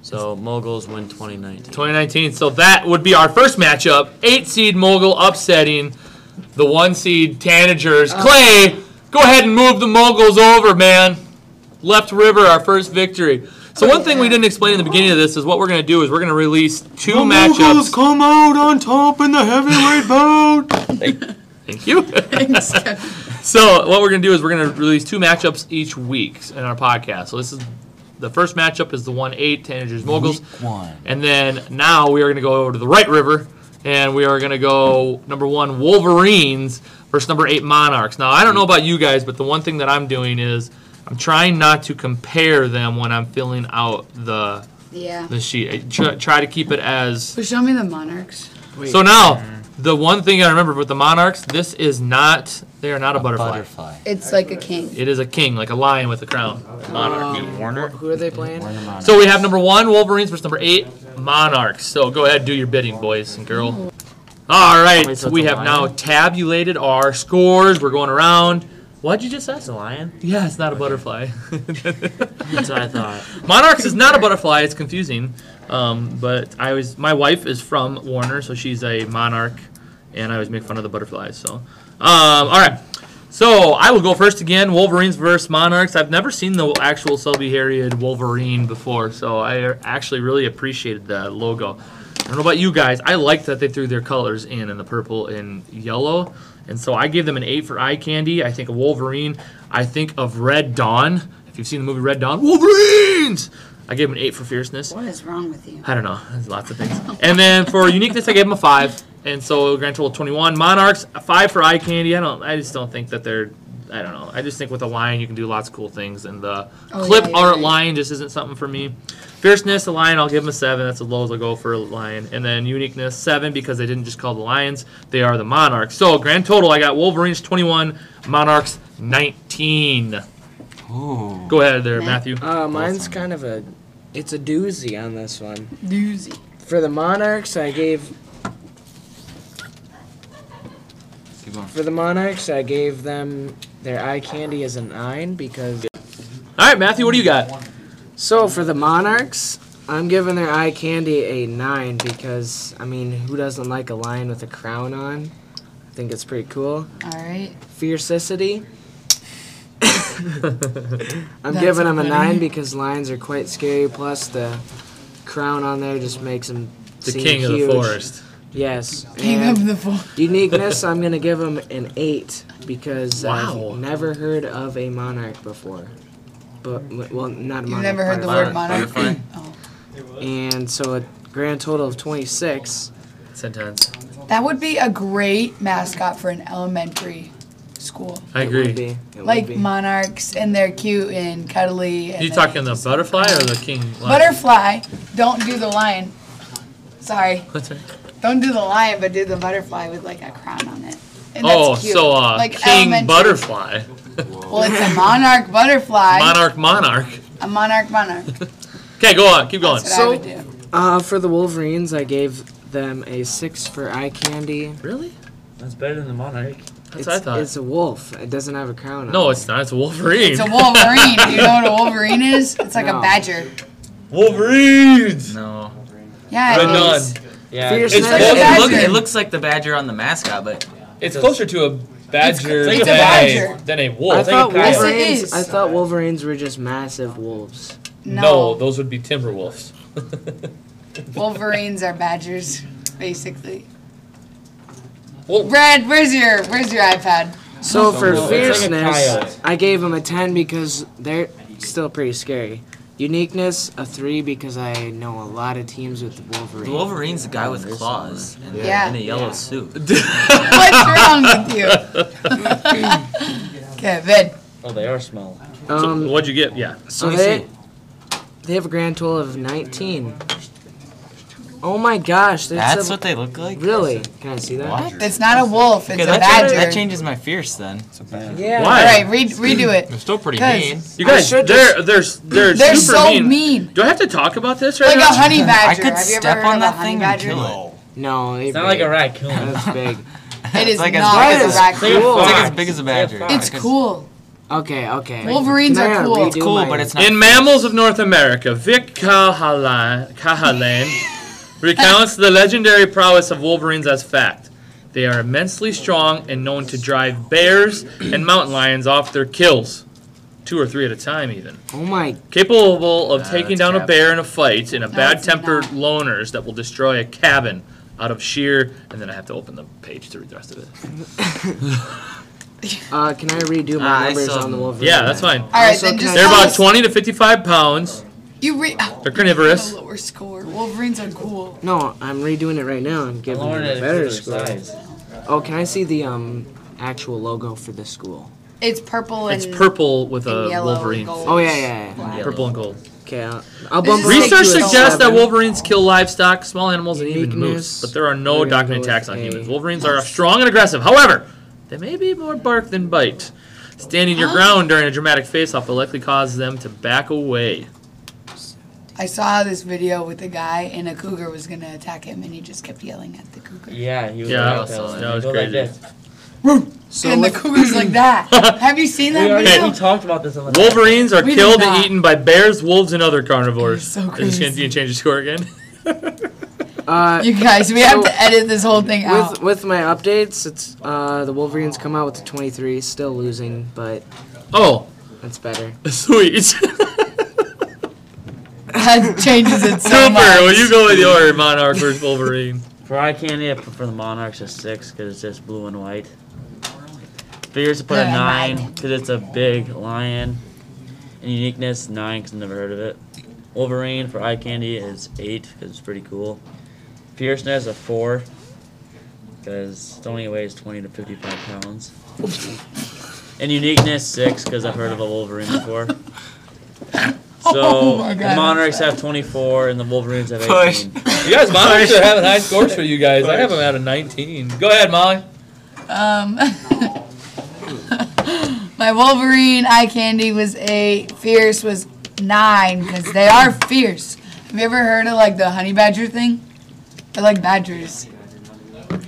S9: So moguls win twenty nineteen.
S5: 2019. So that would be our first matchup. Eight seed mogul upsetting the one seed Tanagers. Clay, go ahead and move the moguls over, man. Left River, our first victory. So one thing we didn't explain in the beginning of this is what we're gonna do is we're gonna release two matchups.
S4: Moguls come out on top in the heavyweight bout.
S5: Thank you. so what we're gonna do is we're gonna release two matchups each week in our podcast. So this is the first matchup is the one eight Tanagers Moguls,
S4: One.
S5: and then now we are gonna go over to the right river, and we are gonna go number one Wolverines versus number eight Monarchs. Now I don't know about you guys, but the one thing that I'm doing is I'm trying not to compare them when I'm filling out the
S6: Yeah.
S5: the sheet. I try, try to keep it as
S6: But show me the monarchs.
S5: so
S6: uh,
S5: now, the one thing I remember with the monarchs, this is not, they are not a, butterfly.
S4: Butterfly.
S6: It's like a king.
S5: It is a king, like a lion with a crown. Monarch.
S10: Warner.
S7: Who are they playing?
S5: So we have number one, Wolverines, versus number eight, Monarchs. So go ahead, do your bidding, boys and girl. All right,
S9: Wait, so it's
S5: we
S9: a
S5: have now
S9: lion?
S5: tabulated our scores. We're going around. What'd you just say?
S9: That's a lion?
S5: Yeah, it's not a butterfly.
S9: That's what I thought.
S5: Monarchs is not a butterfly. It's confusing. Um, but I was my wife is from Warner, so she's a monarch, and I always make fun of the butterflies. So, um, all right. So I will go first again. Wolverines versus Monarchs. I've never seen the actual Selby Harriet Wolverine before, so I actually really appreciated the logo. I don't know about you guys. I liked that they threw their colors in in the purple and yellow, and so I gave them an eight for eye candy. I think of Wolverine. I think of Red Dawn. If you've seen the movie Red Dawn, Wolverines. I gave them an eight for fierceness.
S6: What is wrong with you?
S5: I don't know. There's lots of things. And then for uniqueness, I gave him a five. And so Grand Total 21. Monarchs, a five for eye candy. I don't. I just don't think that they're. I don't know. I just think with a lion you can do lots of cool things, and the
S6: Oh,
S5: clip
S6: yeah, you're
S5: art
S6: right.
S5: lion just isn't something for me. Fierceness, a lion, I'll give him a seven. That's as low as I'll go for a lion. And then uniqueness, seven because they didn't just call the lions; they are the monarchs. So grand total, I got Wolverines 21, Monarchs 19.
S8: Ooh.
S5: Go ahead there,
S6: Man.
S5: Matthew.
S7: Uh, mine's kind of a, it's a doozy on this one.
S6: Doozy.
S7: For the Monarchs, I gave
S8: Keep going.
S7: for the Monarchs, I gave them their eye candy as a nine because.
S5: All right, Matthew, what do you got?
S7: So for the Monarchs, I'm giving their eye candy a nine because I mean, who doesn't like a lion with a crown on? I think it's pretty cool.
S6: All right.
S7: Fiercicity. I'm
S6: That's
S7: giving them a
S6: funny.
S7: nine because lions are quite scary. Plus the crown on there just makes them
S5: The king of the forest.
S7: Yes.
S6: King
S7: and-
S6: of the four.
S7: Uniqueness, I'm gonna give him an eight because
S5: Wow.
S7: I've never heard of a monarch before. But well, not a monarch.
S6: You've never heard the word monarch? Oh.
S8: Butterfly.
S7: butterfly. And so a grand total of 26.
S5: Sentence.
S6: That would be a great mascot for an elementary school.
S5: I
S7: It
S5: agree.
S7: Would be. It
S6: Like
S7: would be.
S6: monarchs, and they're cute and cuddly. And
S5: You
S6: they-
S5: talking the butterfly or the king? lion?
S6: butterfly? Don't do the lion. Sorry,
S5: That's right.
S6: don't do the lion, but do the butterfly with like a crown on it. And that's
S5: Oh,
S6: cute.
S5: so uh,
S6: like
S5: king
S6: elementary-
S5: butterfly,
S6: Well, it's a monarch butterfly.
S5: monarch, monarch.
S6: a monarch monarch. That's
S5: Okay, go on, keep going.
S6: what I would do.
S7: Uh, for the Wolverines, I gave them a six for eye candy.
S5: Really?
S9: That's better than the monarch.
S5: That's
S7: it's,
S5: what I thought.
S7: it's a wolf. It doesn't have a crown on.
S5: no,
S7: it.
S5: it's not. It's a Wolverine.
S6: It's a Wolverine. Do you know what a Wolverine is? It's like a
S7: No.
S6: badger.
S5: Wolverines.
S8: No.
S6: Yeah,
S5: Red
S6: it
S5: Dawn.
S6: is.
S8: Yeah. It,
S7: Fierceness.
S6: like a
S7: and-
S6: badger.
S8: look, it looks like the badger on the mascot, but
S5: It's closer to a badger,
S6: It's- it's a
S5: than,
S6: badger.
S5: than a wolf.
S7: I thought
S6: Yes, it
S7: Wolverines.
S6: is.
S7: I thought Wolverines were just massive wolves.
S5: no, those would be timber wolves.
S6: Wolverines are badgers, basically. Brad, where's your where's your iPad?
S7: So for
S9: It's like a
S7: fierceness,
S9: coyote.
S7: I gave him a 10 because they're still pretty scary. Uniqueness, a 3 because I know a lot of teams with
S8: The
S7: Wolverine.
S8: Wolverine's the guy with claws and,
S6: Yeah.
S8: and a yellow suit.
S6: What's wrong with you? okay, Vid.
S9: Oh, they are small.
S7: Um,
S5: so what'd you get? Yeah.
S7: so
S8: Let me
S7: they,
S8: see.
S7: they have a grand total of 19. Oh my gosh, there's
S8: That's
S7: a,
S8: what they look like.
S7: Really? Can I see that?
S8: What?
S6: It's not a wolf. It's
S8: Okay,
S6: a
S8: that,
S6: badger.
S8: changes, that changes my fierce then.
S7: Yeah.
S5: Why?
S6: All right, re- redo it.
S10: It's still pretty
S6: Guys,
S10: mean.
S5: You
S7: I
S5: guys, they're
S7: should
S5: they're they're,
S6: They're
S5: super
S6: so
S5: mean.
S6: mean.
S5: Do I have to talk about this right
S6: Like a
S5: now?
S6: honey badger.
S8: I could
S6: Have you ever
S8: step
S6: heard
S8: on
S6: of a
S8: that
S6: honey
S8: thing and
S6: badger?
S8: kill it.
S7: No, they
S9: It's not like a raccoon.
S7: That's big.
S6: It is
S8: It's like as
S6: not
S8: big
S6: a
S8: as-
S6: raccoon.
S7: Cool.
S8: It's like as big as a badger.
S6: It's cool.
S7: Okay, okay.
S6: Wolverines
S7: Can I,
S6: are
S7: uh,
S6: cool.
S7: redo
S6: It's
S8: Cool,
S7: mine?
S8: but it's not.
S5: In Mammals of North America, Vic Cahalan, Cahalan recounts the legendary prowess of wolverines as fact. They are immensely strong and known to drive bears and mountain lions off their kills, two or three at a time even.
S7: Oh my.
S5: Capable of
S8: Nah,
S5: taking
S8: that's
S5: down a
S8: cap.
S5: bear in a fight and a
S6: it's
S5: bad-tempered
S6: not.
S5: loners that will destroy a cabin out of sheer, and then I have to open the page to read the rest of it.
S7: Uh, can I redo
S8: Ah,
S7: my
S8: I
S7: numbers
S8: saw
S7: on the
S8: them.
S7: Wolverine?
S5: um, Yeah, that's fine.
S6: All right,
S7: Also,
S6: then just
S7: can I-
S5: They're
S6: tell
S5: about
S6: us-
S5: 20 to 55 pounds.
S6: You re- oh,
S5: They're carnivorous.
S6: you got a lower score. Wolverines are cool.
S7: No, I'm redoing it right now. I'm giving it
S9: Lauren
S7: a
S9: had a
S7: better
S9: bigger
S7: score.
S9: size.
S7: Oh, can I see the um actual logo for the school?
S6: It's purple and
S5: It's purple with
S6: and
S5: a
S6: yellow and
S5: Wolverine.
S6: gold.
S7: Oh yeah, yeah. yeah.
S6: Black.
S5: Purple and gold.
S7: Okay, I'll, I'll
S6: This
S7: bump. it Uh, up
S6: is like
S5: Research
S7: to a
S6: Uniqueness.
S5: suggests that
S7: seven.
S5: wolverines kill livestock, small animals, and even moose,
S7: Uniqueness.
S5: but there are no
S7: We're gonna
S5: documented
S7: go with
S5: attacks on
S7: a-
S5: humans. Wolverines are strong and aggressive. However, they may be more bark than bite. Standing your ground during a dramatic face-off will likely cause them to back away.
S6: I saw this video with a guy and a cougar was gonna attack him and he just kept yelling at the cougar.
S9: Yeah, he was
S5: Yeah,
S9: like
S8: that was-
S9: that.
S5: that was
S9: He like
S5: crazy.
S9: this.
S6: and the cougar's like that. Have you seen that
S9: We already
S6: video?
S9: we talked about this on the
S5: Wolverines are
S6: We did
S5: killed and
S6: not.
S5: eaten by bears, wolves, and other carnivores.
S6: It's so
S5: Is this gonna
S6: crazy.
S5: you change the score again?
S7: Uh,
S6: You guys, we have
S7: So-
S6: to edit this whole thing out.
S7: with with my updates, it's uh the Wolverines come out with the 23, still losing, but
S5: Oh,
S7: that's better.
S5: sweet. Super.
S6: That changes it so much.
S5: Will you go with your Monarch versus Wolverine?
S9: For eye candy, I put for the Monarchs a six because it's just blue and white. Fears, I put
S6: Blue
S9: a
S6: and
S9: nine
S6: white.
S9: because it's a big lion. And uniqueness nine because I've never heard of it. Wolverine for eye candy is eight because it's pretty cool. Fierceness a four because it only weighs twenty to fifty-five pounds. and uniqueness six because I've heard of a Wolverine before. So
S6: Oh my
S9: the
S6: God.
S9: Monarchs have twenty-four and the Wolverines have
S8: Push.
S9: eighteen.
S5: You guys, Monarchs are having high scores for you guys. I have them at a 19. Go ahead, Molly.
S6: Um, my Wolverine eye candy was eight. Fierce was nine because they are fierce. Have you ever heard of like the honey badger thing? I like badgers.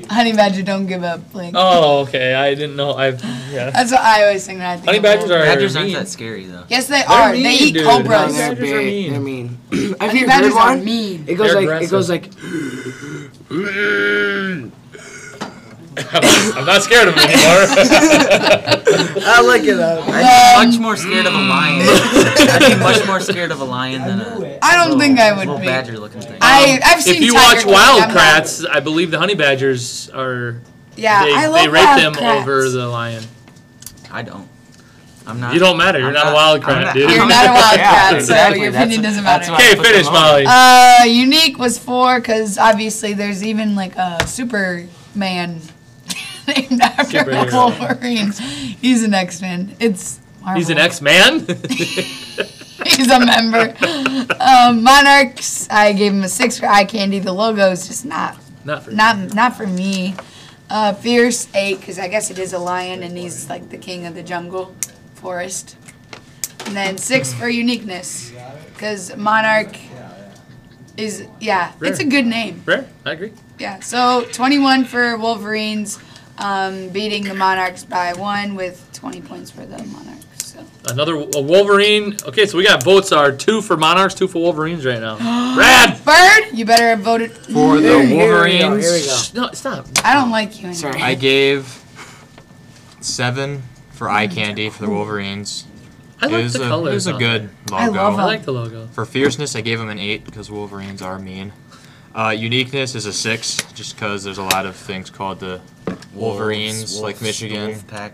S6: Honey badger don't give up. Like
S5: Oh, okay. I didn't know. I yeah.
S6: that's what I always think when I think.
S5: Honey
S6: of
S5: badgers
S6: Wolverine.
S5: are
S8: Badgers aren't
S5: mean.
S8: that scary though.
S6: Yes, they are.
S5: mean,
S6: they eat
S5: dude.
S7: No,
S6: cobras.
S7: they're
S5: Badgers are mean.
S7: big. They're mean. Have
S6: honey
S7: you heard
S6: badgers are
S7: one?
S6: mean.
S7: It goes
S5: They're
S7: like
S5: aggressive.
S7: it goes like
S5: I'm not scared of them anymore.
S7: I like it uh, up.
S8: I'd
S6: Um,
S8: be much more scared of a lion. I'd be much more scared of a lion than a
S6: I don't think I
S8: little
S6: would be.
S8: badger looking thing.
S6: I I've seen.
S5: if you watch
S6: tiger cats, I'm not-
S5: Wildcrats, I believe the honey badgers are
S6: yeah,
S5: they,
S6: I love
S5: they rate them
S6: Wildcrats.
S5: over the lion.
S8: I don't. I'm not.
S5: You don't matter. You're
S8: I'm
S5: not, a
S8: not-
S5: wild
S8: I'm
S5: cat,
S8: not-
S5: dude.
S6: You're
S8: I'm
S6: not a wild
S8: Yeah,
S6: cat, so
S8: exactly.
S6: your
S8: That's-
S6: opinion doesn't
S8: that's
S6: matter.
S8: why I
S5: Okay,
S8: put them
S5: finish,
S8: on.
S5: Molly.
S6: Uh, unique was four because obviously there's even like a Superman named after
S5: Superhero.
S6: Wolverine. He's an X Man. It's Marvel.
S5: He's an X man.
S6: He's a member. um, Monarchs. I gave him a six for eye candy. The logo is just not
S5: not for
S6: not not for me. Uh, Fierce eight because I guess it is a lion and he's like the king of the jungle, forest. And then six for uniqueness because Monarch is yeah, it's a good name.
S5: Rare. I agree.
S6: Yeah, so 21 for Wolverines, um, beating the Monarchs by one with 20 points for the Monarchs. So.
S5: Another a Wolverine. Okay, so we got votes are two for Monarchs, two for Wolverines right now. Rad.
S6: Bird, you better have voted.
S10: For the
S7: Here we go.
S10: Wolverines,
S7: Here we go.
S5: Shh, No, stop.
S6: I don't like you. Anymore.
S7: Sorry.
S10: I gave seven for eye candy for the Wolverines.
S5: Mm. I
S10: it
S5: like
S10: was
S5: the
S10: a,
S5: colors.
S10: It was a
S5: on
S10: good
S5: it.
S10: logo.
S6: I love
S5: I like the logo.
S10: For fierceness, I gave him an eight because Wolverines are mean. Uh, uniqueness is a six, just because there's a lot of things called the Wolverines,
S8: Wolves,
S10: like Michigan.
S8: wolf pack.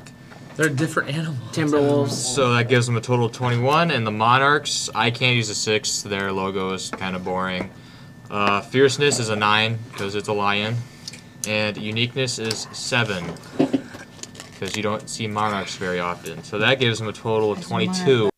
S5: They're different animals.
S7: Timberwolves.
S10: So that gives them a total of 21. And the Monarchs, I can't use a 6. Their logo is kind of boring. Uh, fierceness is a 9 because it's a lion. And uniqueness is 7 because you don't see Monarchs very often. So that gives them a total of 22.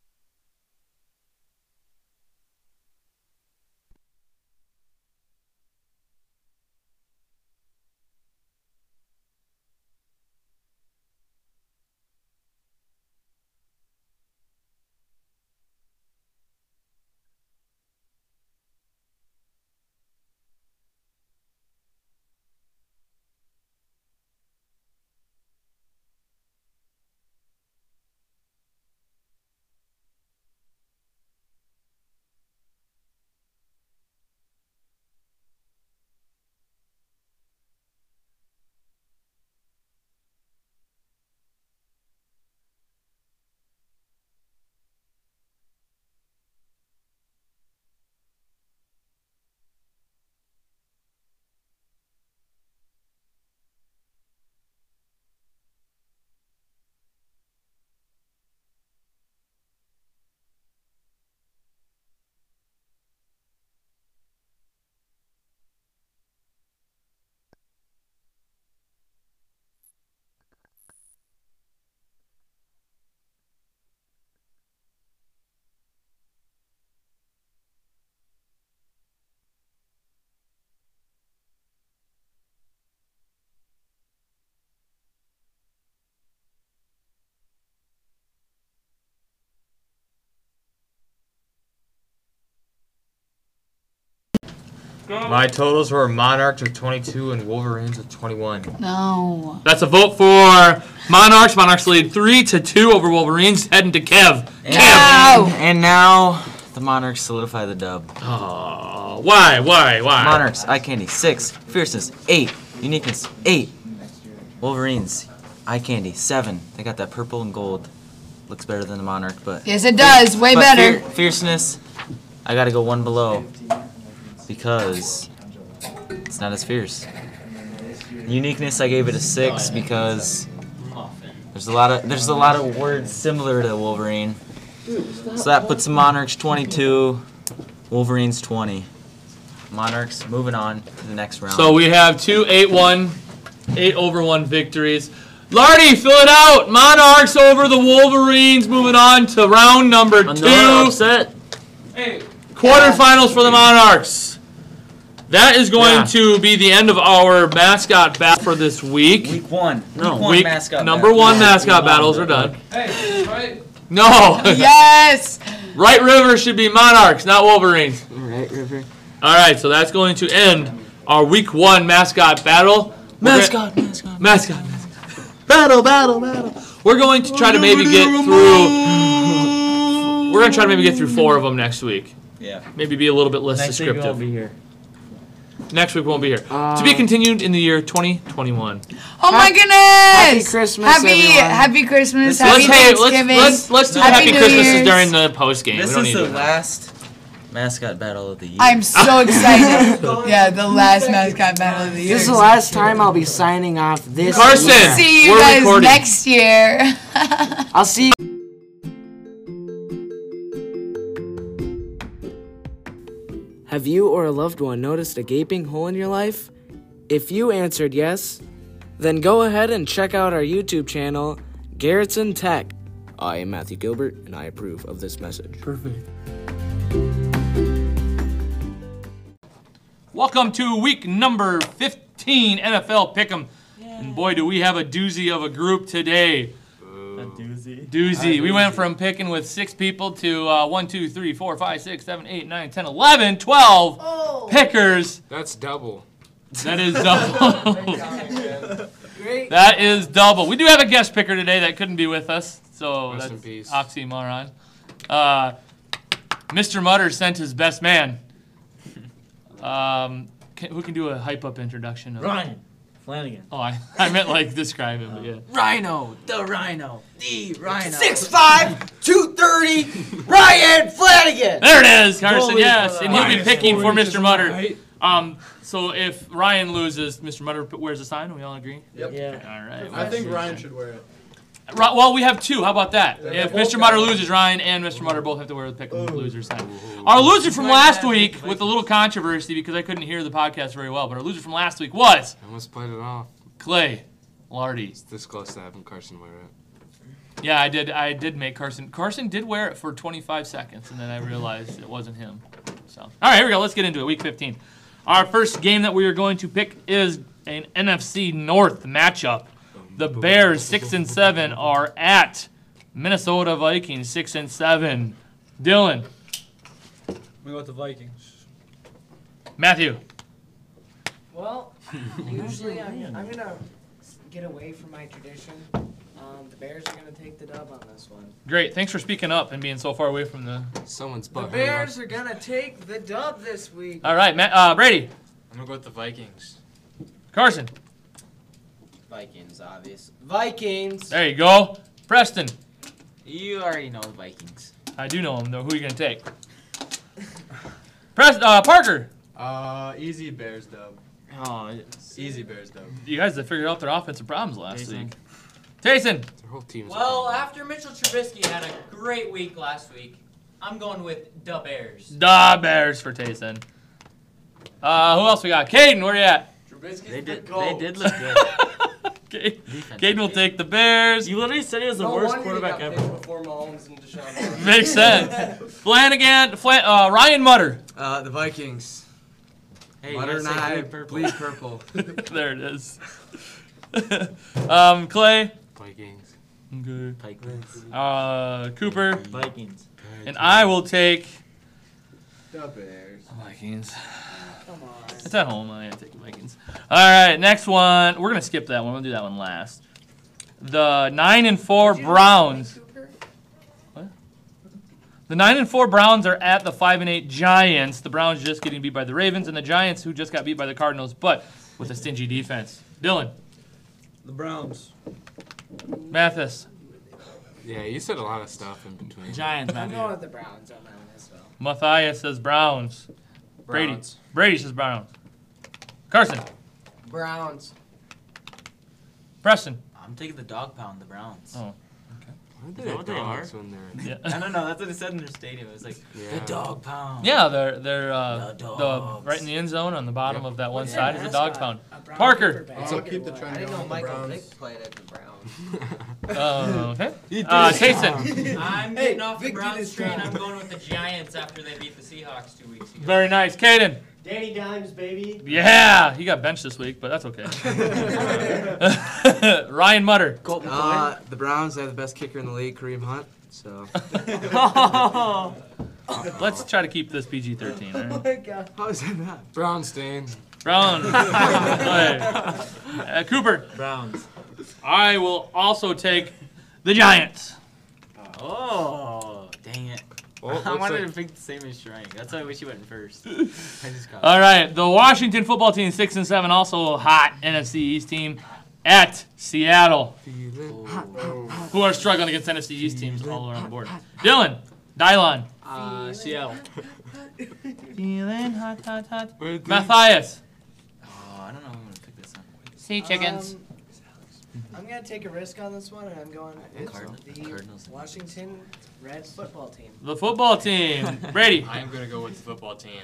S10: My totals were Monarchs with 22 and Wolverines with 21.
S6: No.
S5: That's a vote for Monarchs. Monarchs lead three to two over Wolverines, heading to Kev.
S8: And, and now the Monarchs solidify the dub.
S5: Oh, why, why, why?
S8: Monarchs, Eye Candy, 6. Fierceness, 8. Uniqueness, 8. Wolverines, Eye Candy, 7. They got that purple and gold. Looks better than the Monarch, but.
S6: Yes, it does. Way
S8: but
S6: better.
S8: fier- fierceness, I gotta go one below. Because it's not as fierce. Uniqueness, I gave it a 6 because. There's a lot of there's a lot of words similar to Wolverine, so that puts Monarchs 22, Wolverines 20. Monarchs moving on to the next round.
S5: So we have two eight one, eight over one victories. Lardy, fill it out. Monarchs over the Wolverines. Moving on to round number two.
S9: Another upset.
S5: Quarterfinals for the Monarchs. That is going
S8: Yeah.
S5: to be the end of our mascot bat for this week.
S8: week one,
S9: No.
S8: week one
S5: Week
S8: mascot
S5: number
S8: battle.
S5: one mascot
S9: Week one.
S5: battles are done. Hey, right?
S10: Oh!
S5: No.
S6: Yes.
S5: right River should be Monarchs, not Wolverines.
S7: All right, River.
S5: All right, so that's going to end our week one mascot battle. We're gonna-
S9: Mascot, mascot.
S5: mascot. Battle, battle, battle. We're going to try to maybe get through. We're going to try to maybe get through four of them next week.
S8: Yeah.
S5: Maybe be a little bit less
S9: Next week we won't
S5: descriptive.
S9: be here. Uh,
S5: next week won't be here. to be continued in the year 2021.
S6: Oh my goodness.
S7: Christmas,
S6: Happy
S7: everyone.
S6: Happy Christmas.
S5: let's,
S6: Happy
S5: hey, let's,
S6: Thanksgiving.
S5: let's, let's do
S6: Happy
S5: happy
S6: New
S5: Christmases
S6: Year's.
S5: during the post game. We
S8: This
S5: don't
S8: is
S5: need
S8: the
S5: to.
S8: last mascot battle of the year.
S6: I'm so excited. yeah, the last mascot battle of the year.
S7: This is the last time I'll be signing off this.
S5: Carson!
S7: year.
S6: See you
S5: We're
S6: guys
S5: recording.
S6: next year.
S7: I'll see you. Have you or a loved one noticed a gaping hole in your life? If you answered yes, then go ahead and check out our YouTube channel, Garrettson Tech. I am Matthew Gilbert, and I approve of this message.
S5: Welcome to week number 15 NFL Pick'em. And boy, do we have a doozy of a group today. Doozy. We went from picking with six people to uh, 1, 2, 3, 4, 5, 6, 7, 8, 9, 10, 11, 12
S9: Oh.
S5: pickers.
S10: That's double.
S5: That is double. that is double. We do have a guest picker today that couldn't be with us, so
S10: Rest in
S5: that's
S10: peace.
S5: oxymoron. Uh, Mr. Mutter sent his best man. Um, can, who can do a hype up introduction? Of,
S9: Ryan. Flanagan.
S5: Oh, I, I meant like describe him, but yeah.
S7: Rhino, the Rhino, the Rhino.
S4: 6'5", 230, Ryan Flanagan.
S5: There it is, Carson.
S9: Holy
S5: yes,
S9: crap.
S5: and he'll be
S9: Minus
S5: picking
S9: four
S5: for
S9: inches
S5: Mr. Mutter. Um, so if Ryan loses, Mr. Mutter p- wears a sign. We all agree.
S11: Yep.
S5: All
S9: Yeah.
S5: right.
S11: I think
S5: Well,
S11: Ryan should wear it.
S5: Ri- well, we have two. How about that?
S11: Yeah,
S5: if
S11: they both
S5: Mr. Mutter
S11: got it.
S5: loses, Ryan and Mr. Mutter both have to wear the pick
S11: Ooh.
S5: loser sign. Our loser from last week, with a little controversy because I couldn't hear the podcast very well, but our loser from last week was
S3: I almost played it off.
S5: Clay Lardy.
S3: It's this close to having Carson wear it.
S5: Yeah, I did. I did make Carson. Carson did wear it for 25 seconds, and then I realized it wasn't him. So, all right, here we go. Let's get into it. Week 15. Our first game that we are going to pick is an NFC North matchup. The Bears, six and seven, are at Minnesota Vikings, six and seven. Dylan,
S11: We go with the Vikings.
S5: Matthew,
S7: Well, usually I'm, I'm gonna get away from my tradition. Um, the Bears are gonna take the dub on this one.
S5: great. Thanks for speaking up and being so far away from the.
S3: Someone's
S7: The
S3: butt. hurt.
S7: Bears are gonna take the dub this week.
S5: All right, Matt, uh, Brady,
S10: I'm gonna go with the Vikings.
S5: Carson.
S8: Vikings, obvious.
S7: Vikings.
S5: There you go. Preston,
S8: You already know the Vikings.
S5: I do know him though. Who are you gonna take? Preston, uh, Parker.
S11: Uh, easy Bears dub.
S8: Oh,
S11: Easy Bears dub.
S5: You guys have figured out their offensive problems last
S8: Taysom.
S5: week. Tayson,
S3: Their whole team's.
S12: Well, after Mitchell Trubisky had a great week last week, I'm going with the Bears.
S5: da Bears for Tayson. Uh, who else we got? Caden, where you at?
S11: Trubisky's
S8: they did.
S11: the goat.
S8: They did look good.
S5: Ca-
S8: Defense
S5: Caden will take the Bears.
S9: You literally said he was the
S11: No
S9: worst
S11: wonder he
S9: quarterback
S11: got
S9: ever.
S11: picked Before Mahomes and Deshaun.
S5: Makes sense. Flanagan, Flan- uh, Ryan Mutter.
S12: Uh, the Vikings.
S8: Hey, you gotta say green purple.
S12: purple.
S5: There it is. um, Clay.
S3: Vikings.
S5: Okay.
S8: Vikings.
S5: Uh, Cooper.
S8: Vikings.
S5: And I will take.
S11: The Bears.
S5: Vikings.
S7: Come on.
S5: It's at home. I gotta take the Vikings. All right, next one. We're gonna skip that one. We'll do that one last. The nine and four Browns. The nine and four Browns are at the five and eight Giants. The Browns just getting beat by the Ravens, and the Giants who just got beat by the Cardinals, but with a stingy defense. Dylan,
S11: The Browns.
S5: Mathis,
S3: Yeah, you said a lot of stuff in between.
S8: Giants,
S7: I'm
S8: man.
S7: going with the Browns on that one as well.
S5: Matthias says Browns. Brady,
S10: Browns.
S5: Brady says Browns. Carson,
S7: Browns.
S5: Preston.
S8: I'm taking the dog pound, the Browns.
S5: Oh.
S3: Why
S8: Is that
S3: did
S8: what
S3: they
S8: they
S3: dogs when they're?
S8: I
S5: Yeah,
S8: don't know. That's what it said in their stadium. It was like
S3: Yeah.
S8: the dog pound.
S5: yeah they're they're uh,
S8: The
S5: the
S8: dogs.
S5: right in the end zone on the bottom
S3: Yeah.
S5: of that one
S7: What's
S5: side
S7: their
S5: is a dog pound.
S7: mascot? A brown
S5: Parker.
S7: paperback.
S11: I'll keep the trend
S7: I didn't know
S11: going with the
S7: Michael
S11: Browns.
S7: Vick
S12: played at the Browns.
S5: Oh, okay. Uh, Taysom,
S12: I'm
S11: Hey,
S12: getting off the
S11: Vic did
S12: Browns
S11: his
S12: train.
S11: job.
S12: I'm going with the Giants after they beat the Seahawks two weeks ago.
S5: very nice. Caden,
S12: Danny Dimes, baby.
S5: yeah, he got benched this week, but that's okay. Ryan Mutter.
S8: Colt
S12: Uh, the Browns have the best kicker in the league, Kareem Hunt. So
S5: Let's try to keep this PG 13.
S7: Oh my god.
S12: how is that not?
S3: Brown stain.
S5: Brown. Hey. Uh, Cooper.
S8: Browns.
S5: I will also take the Giants.
S8: Oh, dang it.
S3: Well, it
S8: I
S3: looks
S8: wanted
S3: like-
S8: to pick the same as Shrine. That's why I wish you went first. I just caught
S5: All right. The Washington football team, 6 and 7, also hot NFC East team at Seattle, who are struggling against NFC East teams all around the board. Dylan. Dylon.
S12: Uh, Seattle.
S5: Feeling hot, hot, hot.
S3: Where the-
S5: Matthias.
S8: Oh, I don't know if I'm going to pick this one.
S5: Sea
S7: Um, I'm gonna take a risk on this one, and I'm going with
S8: Cardinals.
S7: the
S8: Cardinals.
S7: Washington Reds football team.
S5: The football team. Brady.
S10: I am gonna go with the football team.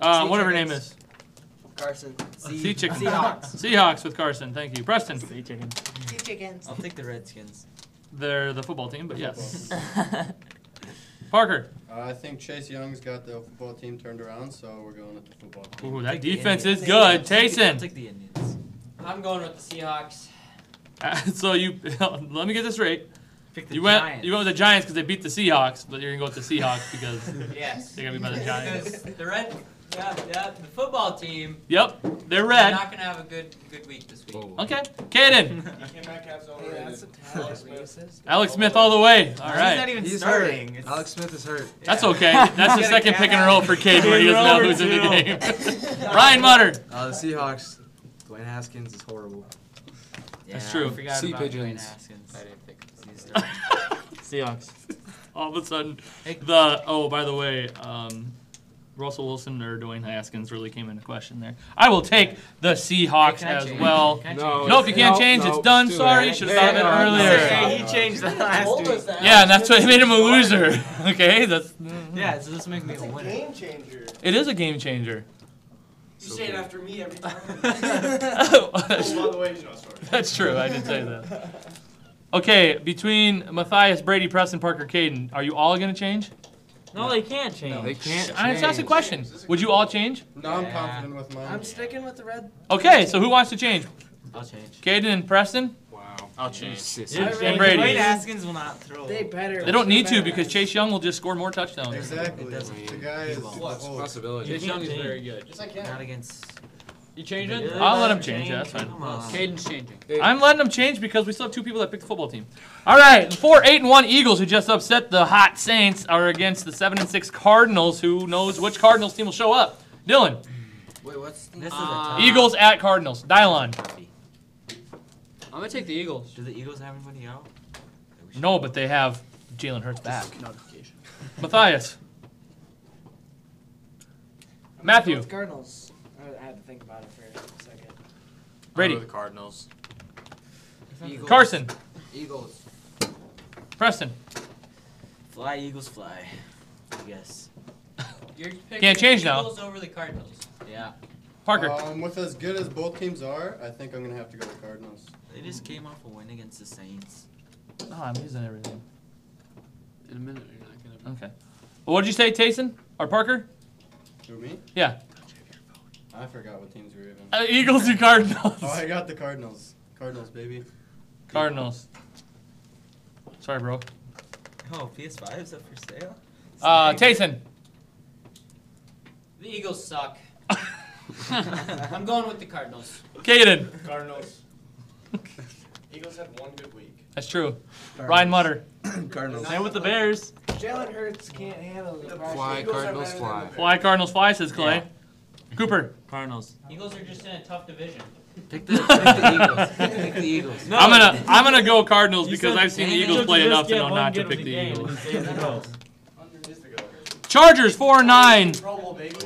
S5: Uh, whatever her name is.
S7: Carson.
S5: Sea Oh, Chicken.
S7: Seahawks.
S5: Seahawks with Carson. Thank you. Preston.
S7: Sea chickens.
S8: I'll take the Redskins.
S5: They're the football team, but yes. Parker.
S11: Uh, I think Chase Young's got the football team turned around, so we're going with the football team.
S5: Ooh,
S8: Take
S5: that
S8: the
S5: defense is
S8: Indians.
S5: good.
S8: I'll
S5: Tayson.
S8: take the Indians.
S12: I'm going with the Seahawks.
S5: Uh, So you, let me get this right.
S8: Pick the
S5: You
S8: Giants.
S5: went, you went with the Giants because they beat the Seahawks, but you're gonna go with the Seahawks because
S12: Yes.
S5: they're gonna be by the Giants.
S12: Because the Red,
S8: Yeah, yeah, the football team.
S5: Yep, they're red.
S8: They're not gonna have a good good week this week.
S5: Okay, Caden.
S8: Alex
S5: Alex Smith all the way. All right.
S10: Hurt. Alex Smith is hurt.
S5: That's okay. That's the second pick and roll for Caden where he doesn't know who's in the game. Ryan Mutter.
S10: Uh, the Seahawks. Dwayne Haskins is horrible.
S5: That's true.
S10: Sea pigeons.
S8: I didn't think
S5: Seahawks. All of a sudden, the oh, by the way, um, Russell Wilson or Dwayne Haskins really came into question there. I will take the Seahawks
S8: Hey, can I
S5: as
S8: change?
S5: well.
S8: Can I
S5: No,
S8: change?
S5: nope, you can't
S8: No,
S5: change.
S8: no,
S5: it's done.
S8: do
S5: Sorry,
S8: it.
S5: should have thought of it
S8: Yeah,
S5: earlier.
S8: he changed that last week.
S5: Yeah, and that's what made him a loser. okay, that's
S8: Mm-hmm. Yeah, so this makes me a winner. game changer.
S5: it is a game changer.
S8: You say it after me every time.
S5: Oh, That's true. I did say that. Okay, between Matthias, Brady, Preston, Parker, Caden, are you all gonna change?
S9: No, they can't change.
S5: they can't. I just asked a question. Would you all change?
S11: No, I'm confident with mine.
S10: I'm sticking with the red.
S5: Okay, so who wants to change?
S8: I'll change.
S5: Caden and Preston.
S8: I'll change.
S5: Yeah, and Brady.
S8: Dwayne Haskins will not throw.
S7: They better.
S5: They don't need to because Chase Young will just score more touchdowns.
S11: Exactly. The guy is
S10: What's
S11: old.
S10: possibility?
S8: Chase Young is very
S10: good.
S8: Yes, I can. Not against.
S10: You
S8: change it?
S5: I'll let him change. Yeah, that's fine.
S8: Come on.
S10: Caden's changing.
S5: I'm letting them change because we still have two people that picked the football team. All right, the four, eight, and one Eagles who just upset the hot Saints are against the seven and six Cardinals. Who knows which Cardinals team will show up? Dylan,
S10: Wait, what's the
S8: This
S10: Uh,
S5: Eagles at Cardinals. Dylon,
S10: I'm gonna take the Eagles.
S8: Do the Eagles have anybody out?
S5: no, but they have Jalen Hurts back. Matthias, Matthew,
S7: Cardinals. I had to think about it for a second.
S5: Brady,
S1: Cardinals.
S10: Eagles.
S5: Carson,
S10: Eagles.
S5: Preston.
S8: Fly Eagles fly. Yes. You're picking
S5: Can't change
S8: the
S5: now.
S8: Eagles over the Cardinals. Yeah.
S5: Parker.
S11: Um, with as good as both teams are, I think I'm gonna have to go with Cardinals.
S8: They just came off a win against the Saints.
S5: Oh, I'm using everything.
S10: In a minute, you're not gonna.
S5: Okay. Well, what'd you say, Tayson or Parker?
S11: Who me?
S5: Yeah,
S11: I forgot what teams we were even.
S5: uh, Eagles and Cardinals.
S11: Oh, I got the Cardinals. Cardinals, baby.
S5: Cardinals. Sorry, bro.
S8: Oh, PS5 is up for sale.
S5: Uh, Tayson.
S8: The Eagles suck. I'm going with the Cardinals.
S5: Caden.
S11: Cardinals. Eagles had one good week.
S5: That's true. Ryan Mutter.
S10: Cardinals.
S9: Same with the Bears.
S7: Jalen Hurts can't handle the pressure.
S10: Fly, Cardinals, fly.
S5: Fly Cardinals fly, says Clay. Cooper.
S9: Cardinals.
S8: Eagles are just in a tough division.
S10: Pick the, pick the Eagles. Pick the Eagles.
S9: No,
S5: I'm gonna I'm gonna go Cardinals
S9: you
S5: because
S9: said
S5: I've seen the
S9: you
S5: Eagles
S9: took
S5: play
S9: the
S5: enough
S9: risk
S5: to
S9: at
S5: know
S9: one
S5: not to
S9: good of
S5: pick the
S9: game,
S5: Eagles.
S9: and you say the Eagles.
S5: Chargers four and nine
S11: Pro Bowl, baby.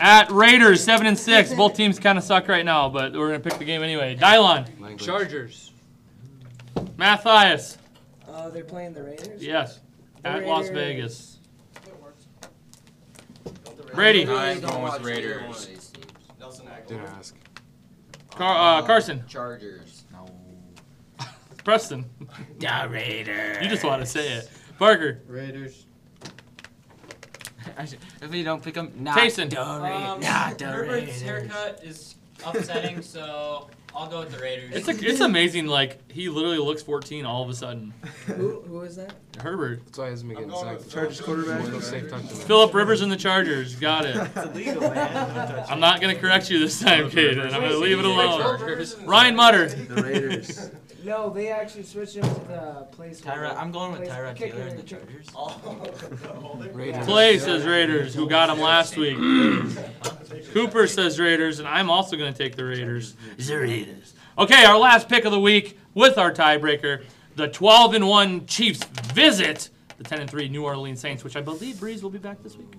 S5: at Raiders seven and six. Both teams kind of suck right now, but we're gonna pick the game anyway. Dylon,
S10: Language.
S7: Chargers.
S5: Matthias,
S7: Oh, they're playing the Raiders.
S5: yes, at Las Vegas. Brady.
S10: Brady.
S1: I'm going with Raiders.
S10: Nelson
S3: Didn't ask.
S5: Car- uh, Carson,
S10: Chargers. No.
S5: Preston. You just want to say it. Parker,
S11: Raiders.
S10: I should- if you don't pick them, nah.
S5: Taysom.
S10: Don't read.
S8: Um,
S10: nah, don't
S8: Herbert's
S10: read.
S8: haircut is upsetting, so I'll go with the Raiders.
S5: it's like, it's amazing. Like he literally looks 14 all of a sudden.
S7: Who, who is that?
S5: Herbert,
S3: That's why he hasn't been getting sacked.
S10: Chargers quarterback.
S3: Safe touchdown.
S5: Philip Rivers and the Chargers. Got it.
S8: illegal, man.
S5: I'm not gonna correct you this time, Caden. I'm gonna leave it alone.
S8: Chargers.
S5: Ryan Mutter.
S10: The Raiders.
S7: No, they actually switched him to the place.
S8: Tyra, I'm going with Tyrod
S7: Kicker.
S8: Taylor and the Chargers.
S7: Oh,
S10: Raiders.
S5: Clay says Raiders, who got him last week. Cooper says Raiders, and I'm also gonna take the Raiders.
S10: The Raiders.
S5: Okay, our last pick of the week with our tiebreaker, the 12 and 1 Chiefs visit the 10 and 3 New Orleans Saints, which I believe Breeze will be back this week.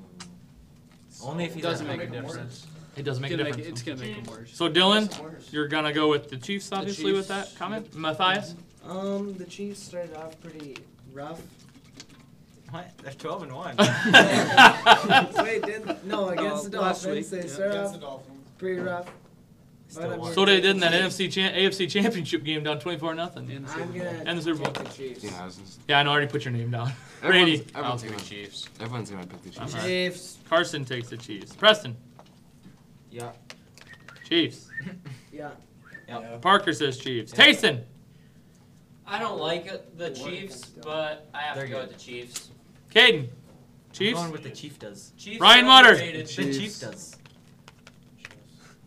S8: Only if he
S10: Doesn't
S8: doesn't
S10: make a difference.
S5: It doesn't make a
S10: Gonna make-
S5: difference.
S10: it's gonna make them worse.
S5: So Dylan, you're gonna go with the Chiefs, obviously, with that
S10: Chiefs.
S5: comment. Matthias,
S7: Um, the Chiefs started off pretty rough.
S8: What? They're 12 and 1.
S7: Wait, didn't no against the
S10: Uh, last
S7: Dolphins
S10: week,
S7: they
S10: yeah.
S7: started off pretty rough.
S8: Still
S7: But I mean-
S5: so they did in that NFC cha- AFC Championship game, down 24 nothing.
S7: I'm gonna
S5: And the Super Bowl.
S7: take the Chiefs.
S3: Yeah, I was just-
S5: Yeah, I know, I already put your name down. Brady.
S3: everyone's,
S1: I'll
S3: everyone's,
S1: take the
S3: gonna,
S1: Chiefs.
S3: everyone's gonna pick the Chiefs.
S5: Uh-huh.
S7: Chiefs.
S5: Carson takes the Chiefs. Preston.
S10: Yeah.
S5: Chiefs.
S7: Yeah.
S5: Parker says Chiefs. Tayson.
S8: I don't like it- the Chiefs, but I have to go with the Chiefs.
S5: Caden. Chiefs?
S13: I'm going with the Chief does.
S5: Chiefs Ryan are Mutter.
S13: The
S5: overrated.
S13: Chief
S5: Chiefs.
S13: does.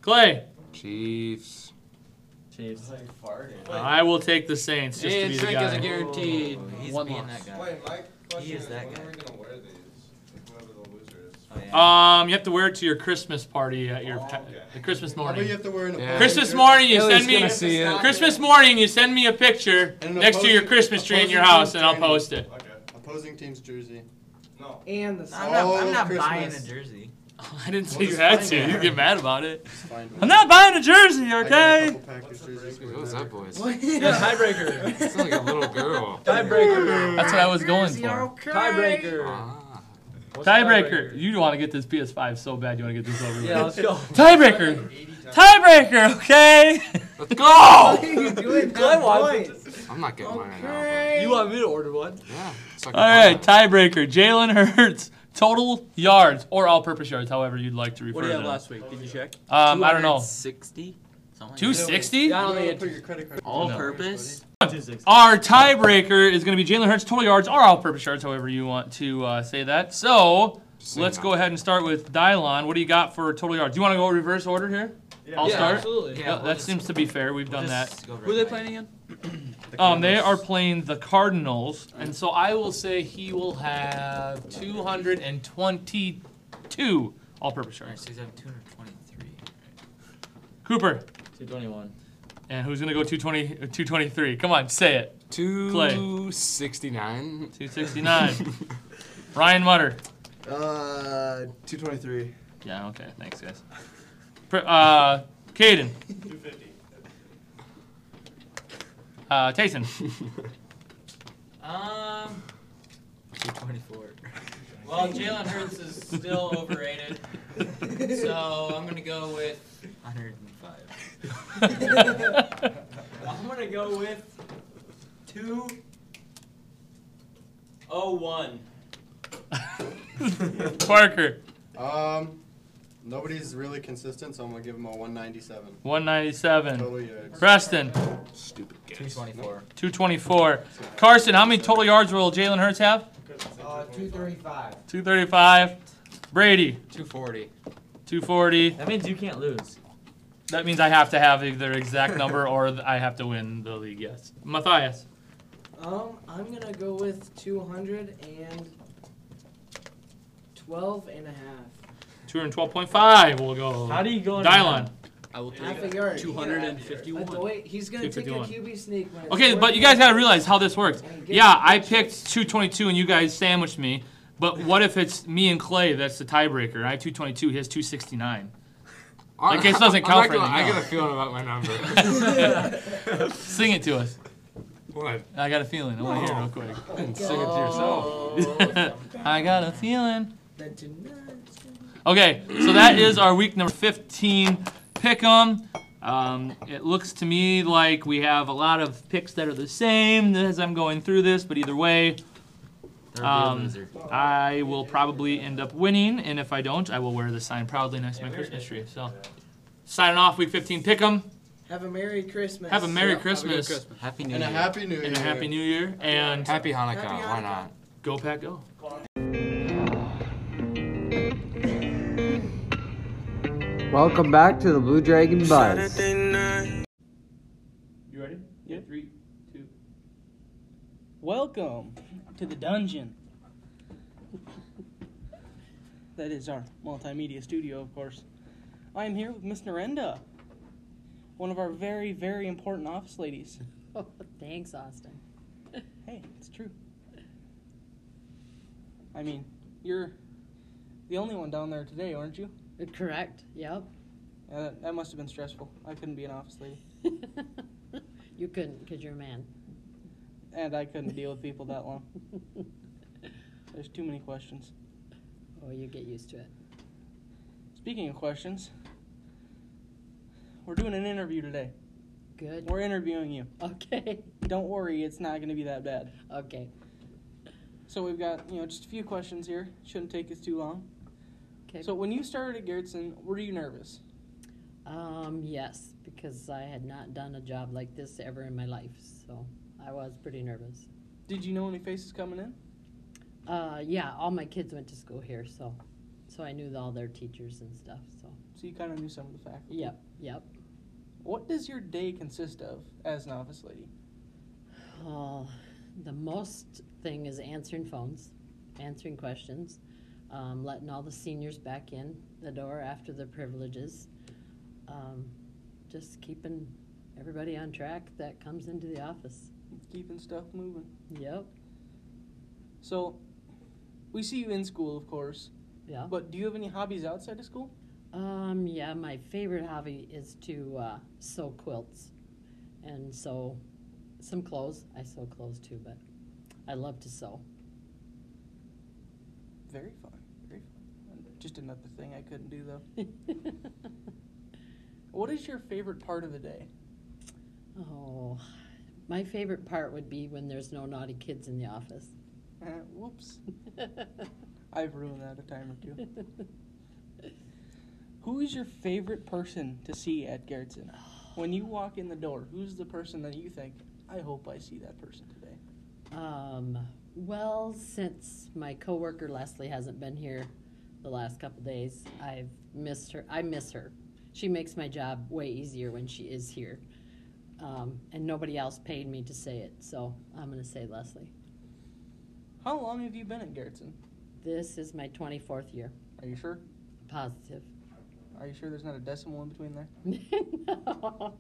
S5: Clay.
S10: Chiefs.
S13: Chiefs.
S5: I will take the Saints just to
S13: Hey,
S5: be the
S13: drink
S5: guy.
S13: is a guaranteed
S11: He's
S13: one
S11: being
S13: loss.
S11: that guy. Wait, my question
S13: He is
S11: is,
S13: that
S11: when
S13: guy.
S11: are we gonna wear these? Whoever the loser is.
S13: Oh,
S5: Um, you have to wear it to your Christmas party at your the Christmas morning.
S11: you have to wear an Yeah.
S5: Christmas
S11: apology.
S5: morning, you
S11: Billy's
S5: send me
S11: gonna see it.
S5: Christmas morning, you send me a picture
S11: And an
S5: next to your
S11: opposing-
S5: Christmas tree in your
S11: opposing
S5: house,
S11: team's
S5: and I'll
S11: jersey.
S5: post it.
S11: Okay. Opposing team's jersey. No.
S7: And the
S13: I'm not, I'm not
S11: All
S13: buying a
S11: Christmas.
S13: jersey.
S5: I didn't
S11: We'll
S5: say you
S11: just
S5: had
S11: find
S5: to.
S11: one.
S5: You get mad about it.
S11: find one.
S5: I'm not buying a jersey,
S11: I got a
S5: okay?
S11: couple Packers jerseys.
S10: What was that voice?
S13: Yeah, tiebreaker.
S10: It's like a little girl.
S5: Tiebreaker. That's what I was going for.
S13: Tiebreaker.
S5: Tiebreaker. You want to get this PS5 so bad. You want to get this over with.
S13: Yeah, let's go.
S5: Tiebreaker. Tiebreaker. Okay.
S10: Let's go.
S13: Glenn wants it.
S10: I'm not getting mine right now.
S13: You want me to order one?
S10: Yeah. it's like
S5: All right. Tiebreaker. Jalen Hurts total yards or all-purpose yards, however you'd like to refer
S13: What do you
S5: to
S13: have
S5: them.
S13: last week? Did you check?
S5: Um, I don't know.
S13: 60?
S5: 260?
S13: I don't
S11: Put
S13: think
S11: your credit card.
S13: it- all purpose.
S5: Our tiebreaker is going to be Jalen Hurts total yards or all-purpose yards, however you want to uh, say that. So let's go ahead and start with Dylon. What do you got for total yards? Do you want to go reverse order here? I'll
S13: Yeah,
S5: start.
S13: absolutely. Yeah,
S5: Yeah,
S13: we'll
S5: that
S13: just-
S5: seems to be fair. We've done that.
S13: Who are they playing again?
S5: Um, they are playing the Cardinals, and so I will say he will have 222 all-purpose
S13: Alright,
S5: yards.
S13: so he's having 223.
S5: Cooper,
S13: 221.
S5: and who's gonna go 220, uh, 223? Come on, say it.
S10: Two sixty-nine.
S5: 269. Ryan Mutter.
S14: Uh, 223.
S5: Yeah. Okay. Thanks, guys. Pr- uh, Caden.
S11: 250.
S5: Uh, Tayson.
S12: Um.
S13: 224.
S12: Well, Jalen Hurts is still overrated, so I'm gonna go with
S13: 105.
S12: I'm gonna go with two oh one.
S5: Parker.
S11: Um, nobody's really consistent, so I'm gonna give him a 197.
S5: 197.
S11: Total yards.
S5: Preston.
S13: 224.
S5: 224. Carson, how many total yards will Jalen Hurts have?
S14: Uh, 235.
S5: 235. Brady.
S13: 240.
S5: 240.
S13: That means you can't lose.
S5: That means I have to have either exact number or th- I have to win the league. Yes. Matthias.
S7: Um, I'm gonna go with 212 and a half.
S5: 212.5 will go.
S13: How do you go in
S5: Dylon.
S13: I will
S7: Half a yard. Uh,
S13: 251.
S7: wait, he's gonna take a
S5: 251.
S7: QB sneak. When it's
S5: Okay, but you guys gotta realize how this works. Yeah, I picked 222 and you guys sandwiched me. But what if it's me and Clay? That's the tiebreaker. I have 222. He has 269. Like this doesn't
S10: I'm
S5: count for
S10: not gonna-
S5: anything. else.
S10: I got a feeling about my number.
S5: Sing it to us.
S10: what?
S5: I got a feeling. I want to hear it real quick. I got a feeling.
S7: That did not-
S5: Okay, so that is our week number 15 pick 'em. Um, it looks to me like we have a lot of picks that are the same as I'm going through this, but either way,
S13: There'll be a
S5: um,
S13: loser.
S5: I will probably end up winning, and if I don't, I will wear the sign proudly next to my Christmas tree. So, signing off, week 15 pick 'em.
S7: Have a Merry Christmas.
S5: Have a Merry Christmas.
S13: Happy New
S11: And a
S13: Year.
S11: happy new year.
S5: and a Happy New Year, and
S10: Happy Hanukkah.
S7: Happy
S10: Why
S7: Hanukkah.
S10: not?
S5: go Pack Go.
S1: Welcome back to the Blue Dragon Buzz.
S5: You ready? Yeah. Three, two.
S15: Welcome to the dungeon. that is our multimedia studio, of course. I am here with Miss Narenda, one of our very, very important office ladies.
S16: Thanks, Austin.
S15: Hey, it's true. I mean, you're the only one down there today, aren't you?
S16: Correct. Yep.
S15: Yeah, that, that must have been stressful. I couldn't be an office lady,
S16: You couldn't because you're a man.
S15: and I couldn't deal with people that long. There's too many questions.
S16: Oh, you get used to it.
S15: Speaking of questions, we're doing an interview today.
S16: Good.
S15: We're interviewing you.
S16: Okay.
S15: Don't worry, it's not going to be that bad.
S16: Okay.
S15: So we've got, you know, just a few questions here. Shouldn't take us too long.
S16: 'Kay.
S15: So when you started at Gerritsen, were you nervous?
S16: Um, yes, because I had not done a job like this ever in my life, so I was pretty nervous.
S15: Did you know any faces coming in?
S16: Uh, yeah, all my kids went to school here, so, so I knew all their teachers and stuff, so.
S15: So you kind of knew some of the faculty.
S16: Yep, yep.
S15: What does your day consist of as an office lady?
S16: Oh, the most thing is answering phones, answering questions, um, letting all the seniors back in the door after their privileges, um, just keeping everybody on track that comes into the office.
S15: Keeping stuff moving.
S16: Yep.
S15: So, we see you in school, of course.
S16: Yeah.
S15: But do you have any hobbies outside of school?
S16: Um, yeah, my favorite hobby is to uh, sew quilts and sew some clothes. I sew clothes too, but I love to sew.
S15: Very fun. Very fun. Just another thing I couldn't do though. what is your favorite part of the day?
S16: Oh, my favorite part would be when there's no naughty kids in the office.
S15: Uh, whoops. I've ruined that a time or two. Who is your favorite person to see at Gerritsen? When you walk in the door, who's the person that you think, I hope I see that person today?
S16: Um, well, since my coworker Leslie hasn't been here the last couple days, I've missed her. I miss her. She makes my job way easier when she is here. Um, and nobody else paid me to say it, so I'm going to say Leslie.
S15: How long have you been at Gerritsen?
S16: This is my 24th year.
S15: Are you sure?
S16: Positive.
S15: Are you sure there's not a decimal in between there?
S16: no,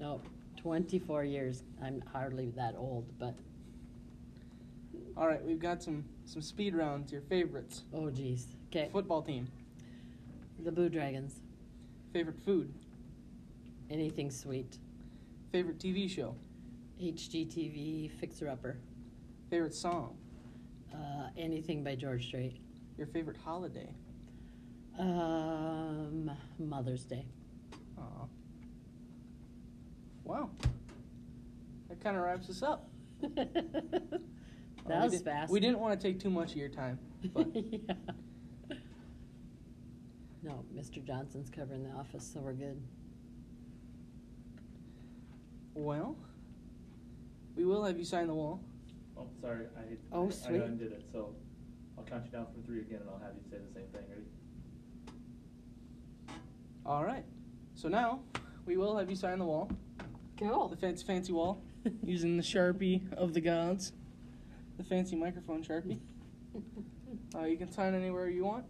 S16: no, 24 years. I'm hardly that old, but
S15: All right, we've got some some speed rounds. Your favorites?
S16: Oh, geez. Okay.
S15: Football team.
S16: the Blue Dragons.
S15: Favorite food?
S16: Anything sweet.
S15: Favorite TV show?
S16: HGTV Fixer Upper.
S15: Favorite song?
S16: Uh, anything by George Strait.
S15: Your favorite holiday?
S16: Um, Mother's Day.
S15: Aw. Wow. That kind of wraps us up.
S16: that
S15: Well, we
S16: was
S15: didn't-
S16: fast.
S15: We didn't want to take too much of your time, but
S16: yeah. No, Mr. Johnson's covering the office, so we're good.
S15: well, we will have you sign the wall.
S17: Oh, sorry, I,
S16: Oh,
S17: I,
S16: sweet.
S17: I undid it, so I'll count you down from three again and I'll have you say the same thing. Ready?
S15: All right. So now we will have you sign the wall.
S16: Cool.
S15: The fancy, fancy wall, using the sharpie of the gods, the fancy microphone sharpie. uh, you can sign anywhere you want.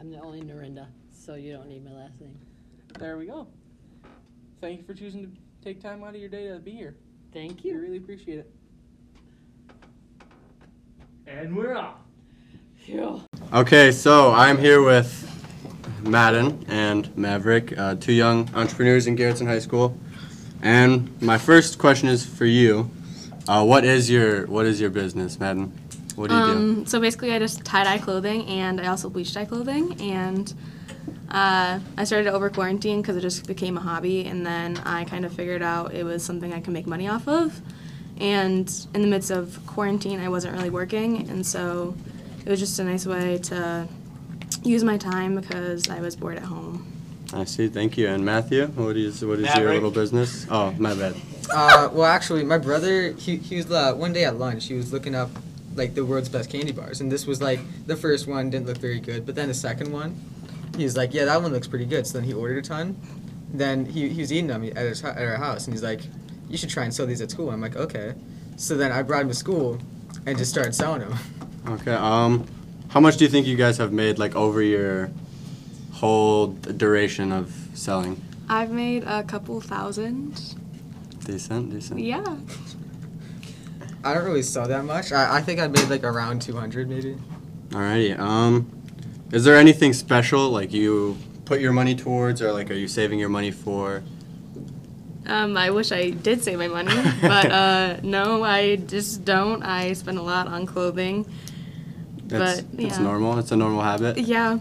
S16: I'm the only Narinda, so you don't need my last name.
S15: There we go. Thank you for choosing to take time out of your day to be here.
S16: Thank you.
S15: We really appreciate it.
S17: And we're off.
S11: Okay, so I'm here with Madden and Maverick, uh, two young entrepreneurs in Garrettson High School. And my first question is for you. Uh, what is your what is your business, Madden? What do you do?
S18: um, So basically, I just tie dye clothing, and I also bleach dye clothing. And uh, I started it over quarantine because it just became a hobby, and then I kind of figured out it was something I could make money off of. And in the midst of quarantine, I wasn't really working, and so it was just a nice way to use my time because I was bored at home.
S11: I see. Thank you. And Matthew, what is what is your
S19: Maverick.
S11: little business? Oh, my bad.
S19: Uh, well, actually, my brother, he, he was uh, one day at lunch, he was looking up like the world's best candy bars, and this was like the first one didn't look very good, but then the second one, he was like, yeah, that one looks pretty good. So then he ordered a ton. Then he, he was eating them at, his, hu- at our house, and he's like, you should try and sell these at school. I'm like, okay. So then I brought him to school and just started selling them.
S11: Okay. Um, how much do you think you guys have made like over your whole duration of selling?
S18: I've made a couple thousand.
S11: Decent, decent.
S18: Yeah.
S19: I don't really sell that much. I, I think I made like around 200 maybe.
S11: Alrighty. Um, is there anything special like you put your money towards, or like are you saving your money for?
S18: Um, I wish I did save my money, but uh, no, I just don't. I spend a lot on clothing.
S11: That's
S18: but yeah.
S11: it's normal. It's a normal habit.
S18: Yeah.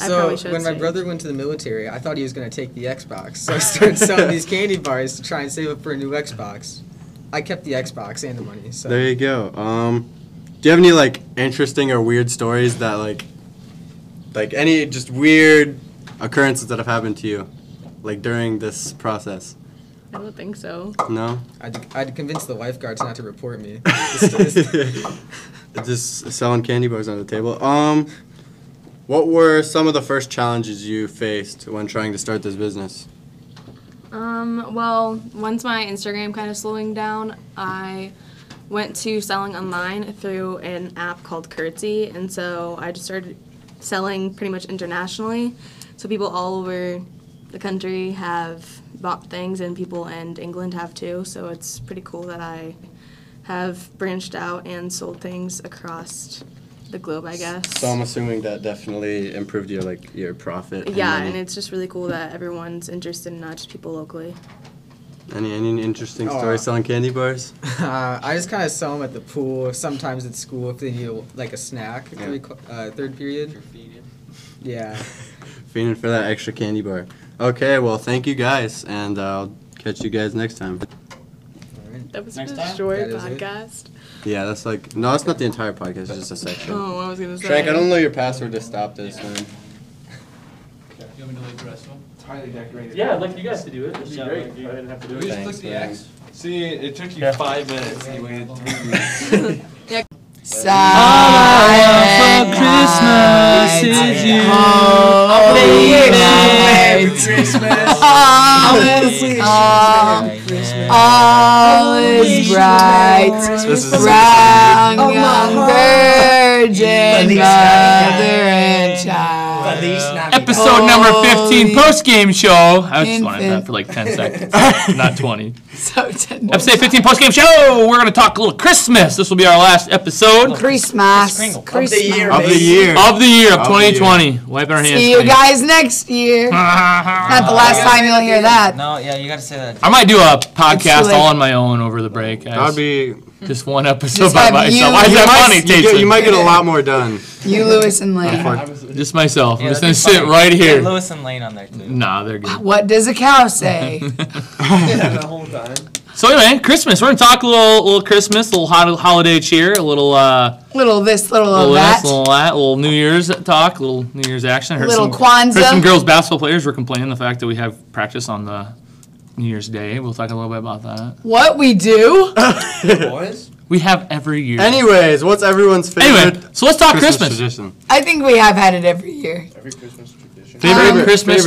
S18: I
S19: so
S18: probably should
S19: when my
S18: save.
S19: brother went to the military, I thought he was going to take the Xbox. So I started selling these candy bars to try and save up for a new Xbox. I kept the Xbox and the money. So
S11: There you go. Um, do you have any like interesting or weird stories that like, like any just weird occurrences that have happened to you, like during this process?
S18: I don't think so.
S11: No.
S19: I'd, I'd convince the lifeguards not to report me.
S11: Just selling candy bars on the table. Um, what were some of the first challenges you faced when trying to start this business?
S18: Um, well, once my Instagram kind of slowing down, I went to selling online through an app called Curtsy, and so I just started selling pretty much internationally. So people all over the country have bought things, and people in England have too. So it's pretty cool that I have branched out and sold things across the globe, I guess.
S11: So I'm assuming that definitely improved your like your profit. and
S18: Yeah,
S11: money.
S18: and it's just really cool that everyone's interested, and not just people locally.
S11: any any interesting
S19: Oh,
S11: stories
S19: uh,
S11: selling candy bars?
S19: Uh, I just kind of sell them at the pool, sometimes at school if they need like a snack. Three, cl- uh, third period. Yeah.
S11: Fiending for that extra candy bar. Okay, well thank you guys, and uh, I'll catch you guys next time.
S18: That was
S19: Next
S18: a
S19: time?
S18: short
S19: That is it.
S18: podcast.
S11: Yeah, that's like no, it's not the entire podcast. It's just a section.
S18: Oh, I was gonna say.
S11: Shank, I don't know your password to stop this man.
S17: You want me to leave the rest of them? Highly decorated.
S13: Yeah, I'd like you guys to do it. That'd be
S17: Yeah,
S13: great.
S17: like you-
S13: I didn't have to do
S17: We
S13: it.
S17: just
S13: Thanks,
S17: click the
S13: man.
S17: X.
S13: See, it took you five minutes. You waited three
S6: Yeah.
S13: All I want for
S6: Christmas is you. Oh,
S13: baby.
S6: Merry Christmas. All is, all, all is bright. Brown young virgin, mother and child.
S5: Episode number 15 post game show. I just wanted that
S6: Infant.
S5: for like 10 seconds, not 20.
S6: So tender.
S5: Episode 15 post game show. We're going to talk a little Christmas. This will be our last episode
S6: Christmas. Christmas.
S5: Of the year of,
S6: Of the year.
S5: 2020. Wiping our hands.
S6: See you
S5: clean.
S6: guys next year. Not the last time you'll hear that.
S8: No, yeah, you gotta say that.
S5: I might do a podcast
S6: like-
S5: all on my own over the break. Guys.
S11: That'd be
S5: just one episode
S6: Just
S5: by
S6: have
S5: myself.
S6: you-
S5: Why is
S6: You
S5: that
S6: might-
S5: funny,
S6: you get-
S5: Jason?
S6: you might get a lot
S11: more done.
S6: You, Lewis, and Lane.
S5: Just myself. I'm
S8: Yeah,
S5: just gonna
S8: that'd be
S5: sit
S8: funny.
S5: right
S8: Get
S5: here.
S8: Lewis and Lane on there too.
S5: Nah, they're good.
S6: What does a cow say?
S5: So anyway, Christmas. We're gonna talk a little, little Christmas, a little hol- holiday cheer, a little uh,
S6: little this, little,
S5: little
S6: that.
S5: this, little that, a little New Year's talk, a little New Year's action. I heard
S6: Little
S5: some,
S6: Kwanzaa.
S5: Heard some girls basketball players were complaining the fact that we have practice on the New Year's Day. We'll talk a little bit about that.
S6: What we do?
S5: Boys, we have every year.
S11: Anyways, what's everyone's favorite?
S5: Anyway, so let's talk Christmas.
S11: tradition.
S6: I think we have had it every year.
S11: Every Christmas tradition.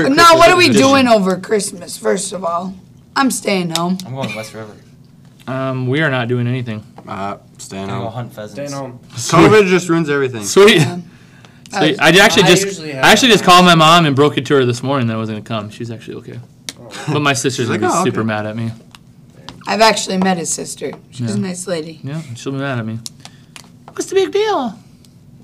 S6: Um, No, what are we doing over Christmas? First of all, I'm staying home.
S5: I'm going West River. Um, we are not doing anything.
S11: Uh, staying
S8: Gonna go home. hunt pheasants. Staying home.
S11: COVID just ruins everything.
S5: Sweet. Sweet. I actually
S11: I
S5: just
S11: usually
S5: I
S11: have-
S5: actually just called my mom and broke it to her this morning that I wasn't gonna come. She's actually okay. But my sister's
S6: She's
S5: gonna
S6: like,
S5: be
S6: "Oh,
S5: super
S6: okay."
S5: mad at me.
S6: I've actually met his sister. She's
S5: Yeah.
S6: a nice lady.
S5: Yeah, she'll be mad at me. What's the big deal?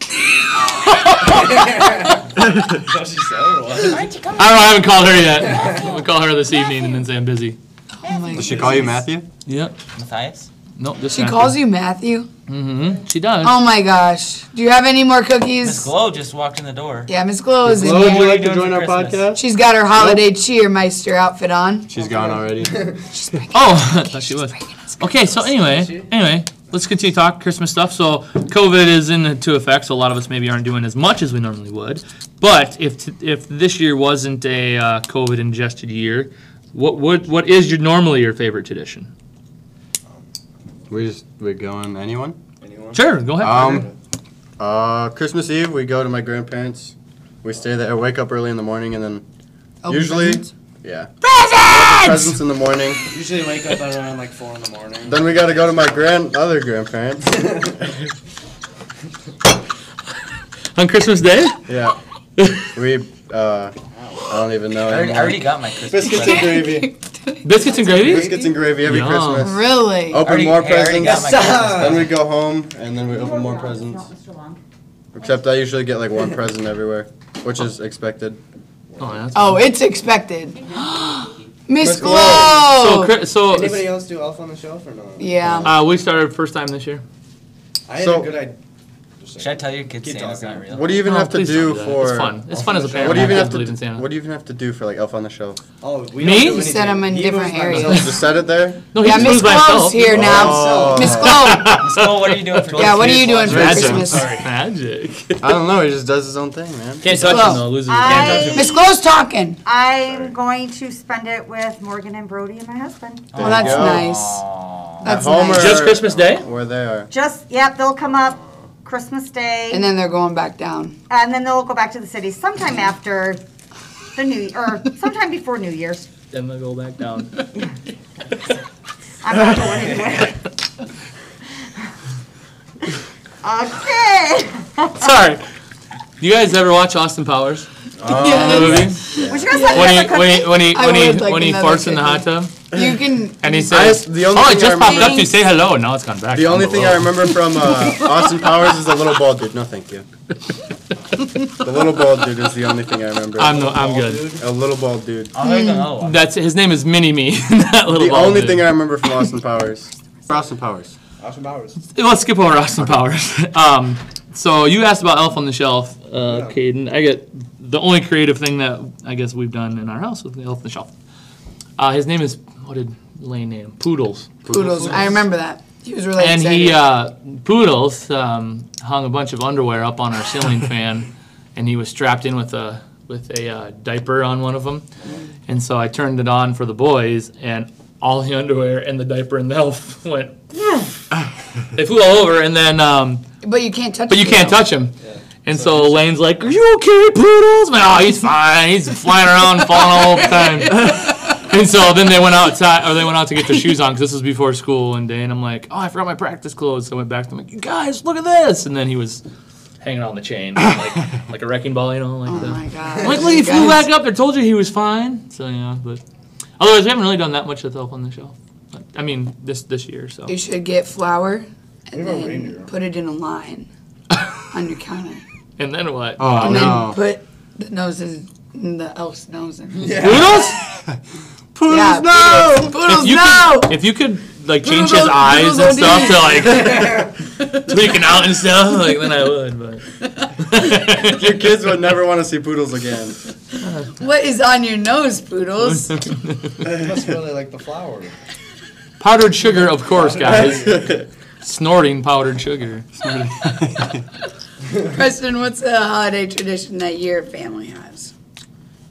S5: I don't know, I haven't called her yet. I'm gonna call her this evening and then say I'm busy.
S11: Does she call you Matthew?
S5: Yep.
S8: Matthias?
S5: Nope, just
S6: She calls you Matthew.
S5: Mm-hmm. She does.
S6: Oh my gosh! Do you have any more cookies?
S8: Glow just walked in the door.
S6: Yeah, Miss Glow is in
S8: Glow, would
S6: here.
S8: you like to join our podcast?
S6: She's got her holiday cheermeister outfit on.
S11: She's gone already.
S5: Oh, I thought she was. Okay, so anyway, anyway, let's continue to talk Christmas stuff. So COVID is into effect, so a lot of us maybe aren't doing as much as we normally would. But if t- if this year wasn't a uh, COVID ingested year, what would what is your normally your favorite tradition?
S11: We just we're going. Anyone? Anyone?
S5: Sure, go ahead.
S11: Um, uh, Christmas Eve we go to my grandparents. We stay there. Wake up early in the morning and then
S14: Open
S11: usually
S14: presents?
S11: yeah presents presents in the morning.
S14: Usually wake up at around like four in the morning.
S11: Then we got to go to my grand other grandparents.
S5: On Christmas Day?
S11: Yeah. We uh, I don't even know.
S8: I already, I
S11: anymore.
S8: already got my Christmas
S11: biscuits and
S8: present.
S11: gravy.
S5: Biscuits and gravy.
S11: Biscuits and gravy every
S5: Yum.
S11: Christmas.
S6: Really?
S11: Open
S8: Already-
S11: more
S8: hey, I already got
S11: presents.
S8: my Christmas.
S11: then we go home and then we open more presents. Except I usually get like one present everywhere, which is expected.
S5: Oh, that's
S6: Oh, it's expected. Miss
S11: Miss Glow.
S6: Glow.
S5: So Chri- so-
S14: Anybody else do Elf on the Shelf or no?
S6: Yeah.
S5: Uh, we started first time this year.
S14: I had
S11: So-
S14: a good idea.
S8: Should I tell your kids
S14: Keep
S8: Santa's
S14: talking.
S8: not real?
S11: What do you even
S5: No,
S11: have to
S5: please don't
S11: do
S5: do that.
S11: for?
S5: It's fun. It's fun as a parent.
S11: What do you even
S5: I
S11: have to
S5: believe in
S11: do?
S5: Santa.
S11: What do you even have to do for like Elf on the Shelf?
S14: Oh, we
S5: Me?
S14: Don't do
S5: He
S6: said
S14: anything.
S6: I'm in
S14: He
S6: different
S14: moves by
S6: areas.
S14: himself.
S11: Just set it there.
S5: No, he
S6: yeah,
S5: just
S6: Miss
S5: moves by
S6: Glow's
S5: himself.
S6: here now.
S11: Oh.
S6: Miss Glow,
S13: Well, what are you doing for
S6: Yeah, what are you doing for
S13: Magic.
S6: Christmas?
S13: Sorry.
S5: Magic.
S11: I don't know. He just does his own thing, man.
S13: Can't touch him though. Loses. Can't touch him.
S6: Miss Glow's talking.
S20: I'm going to spend it with Morgan and Brody and my husband.
S6: Oh, that's nice. That's
S11: home
S6: nice.
S11: or-
S5: Just Christmas Day?
S11: Where they are.
S20: Just, yep, they'll come up Christmas Day.
S6: And then they're going back down.
S20: And then they'll go back to the city sometime after the new, or sometime before New Year's.
S13: Then they'll go back down.
S20: I'm not going anywhere. Okay.
S5: Sorry. You guys ever watch Austin Powers?
S6: Yes.
S5: The movie?
S20: Would you guys like
S5: when,
S20: another
S5: he, when he when he
S6: I
S5: when he,
S6: would like
S5: when he
S6: another
S5: farts in the hot
S6: cookie.
S5: tub
S6: You can.
S5: and he
S11: I
S5: says,
S11: just- the
S5: "Oh,
S11: only
S5: it
S11: thing I
S5: just popped up.
S11: remember-
S5: You say hello, and now it's gone back."
S11: The
S5: down
S11: only thing
S5: below.
S11: I remember from uh, Austin Powers is the little bald dude. No, thank you. The little bald dude is the only thing I remember.
S5: I'm no- I'm good.
S11: A little bald dude.
S5: That's his name is Mini Me. that little
S11: the
S5: bald
S11: only
S5: dude.
S11: thing I remember from Austin Powers. Austin Powers.
S14: Austin Powers.
S5: Let's skip over Austin Powers. um, so you asked about Elf on the Shelf, uh, Caden. I get the only creative thing that I guess we've done in our house with Elf on the Shelf. Uh, his name is what did Lane name? him? Poodles.
S6: Poodles. I remember that. He was really
S5: and
S6: excited.
S5: he uh, poodles um, hung a bunch of underwear up on our ceiling fan, and he was strapped in with a with a uh, diaper on one of them, and so I turned it on for the boys, and all the underwear and the diaper and the elf went. they flew all over, and then um,
S6: but you can't touch
S5: but you
S6: him,
S5: can't
S6: though.
S5: touch him. And so, Lane's like, "Are you okay, Poodles?" I'm like, oh, he's fine. He's flying around, falling all the time. And so then they went outside, or they went out to get their shoes on because this was before school one day. And I'm like, "Oh, I forgot my practice clothes." So I went back to him like, "You guys, look at this!" And then he was hanging on the chain, like like a wrecking ball, you know, like
S11: Oh
S5: the. I'm like, look, he flew back up. I told you he was fine. So yeah, but otherwise, we haven't really done that much with Elf on the Shelf. But, I mean, this this year, so.
S6: You should get flour and
S5: have a
S6: then put it in a line on your counter.
S5: And then what?
S11: Oh,
S6: and
S11: no.
S6: then put the noses, the elf's nose in.
S5: Poodles?
S6: Poodles, yeah,
S5: no!
S6: Poodles, poodles
S5: if you
S6: no!
S5: Could, if you could like change his
S6: Poodles,
S5: eyes and
S6: poodles
S5: stuff
S6: OD.
S5: to like tweaking out and stuff, like then I would. But
S11: your kids would never want to see poodles again.
S6: What is on your nose, poodles?
S14: must really like the flower.
S5: powdered sugar, of course, guys. Snorting powdered sugar.
S6: Preston, what's a holiday tradition that your family has?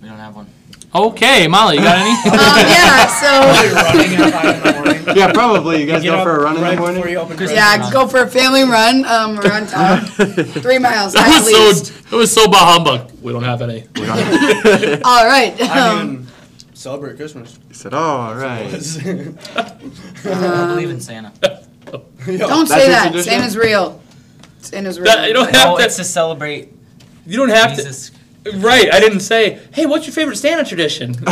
S13: We don't have one.
S5: okay, Molly, you got any?
S6: yeah,
S11: yeah, probably. You guys
S13: Get
S11: go
S13: up
S11: for a run in
S13: right
S11: the morning.
S6: Yeah, go for a family run um, around town. Three miles
S5: That
S6: at
S5: was so.
S6: least.
S5: That was so bah humbug. We don't have any. We don't have any.
S6: All right.
S14: I
S6: Um,
S14: mean, celebrate Christmas.
S11: He said, "All right."
S6: Um,
S13: I believe in Santa.
S6: don't say that. Santa's real. Santa's real.
S5: That- you don't have
S13: No,
S5: to-
S13: it's to celebrate.
S5: You don't have to. Right, I didn't say. Hey, what's your favorite Santa tradition?
S13: Church.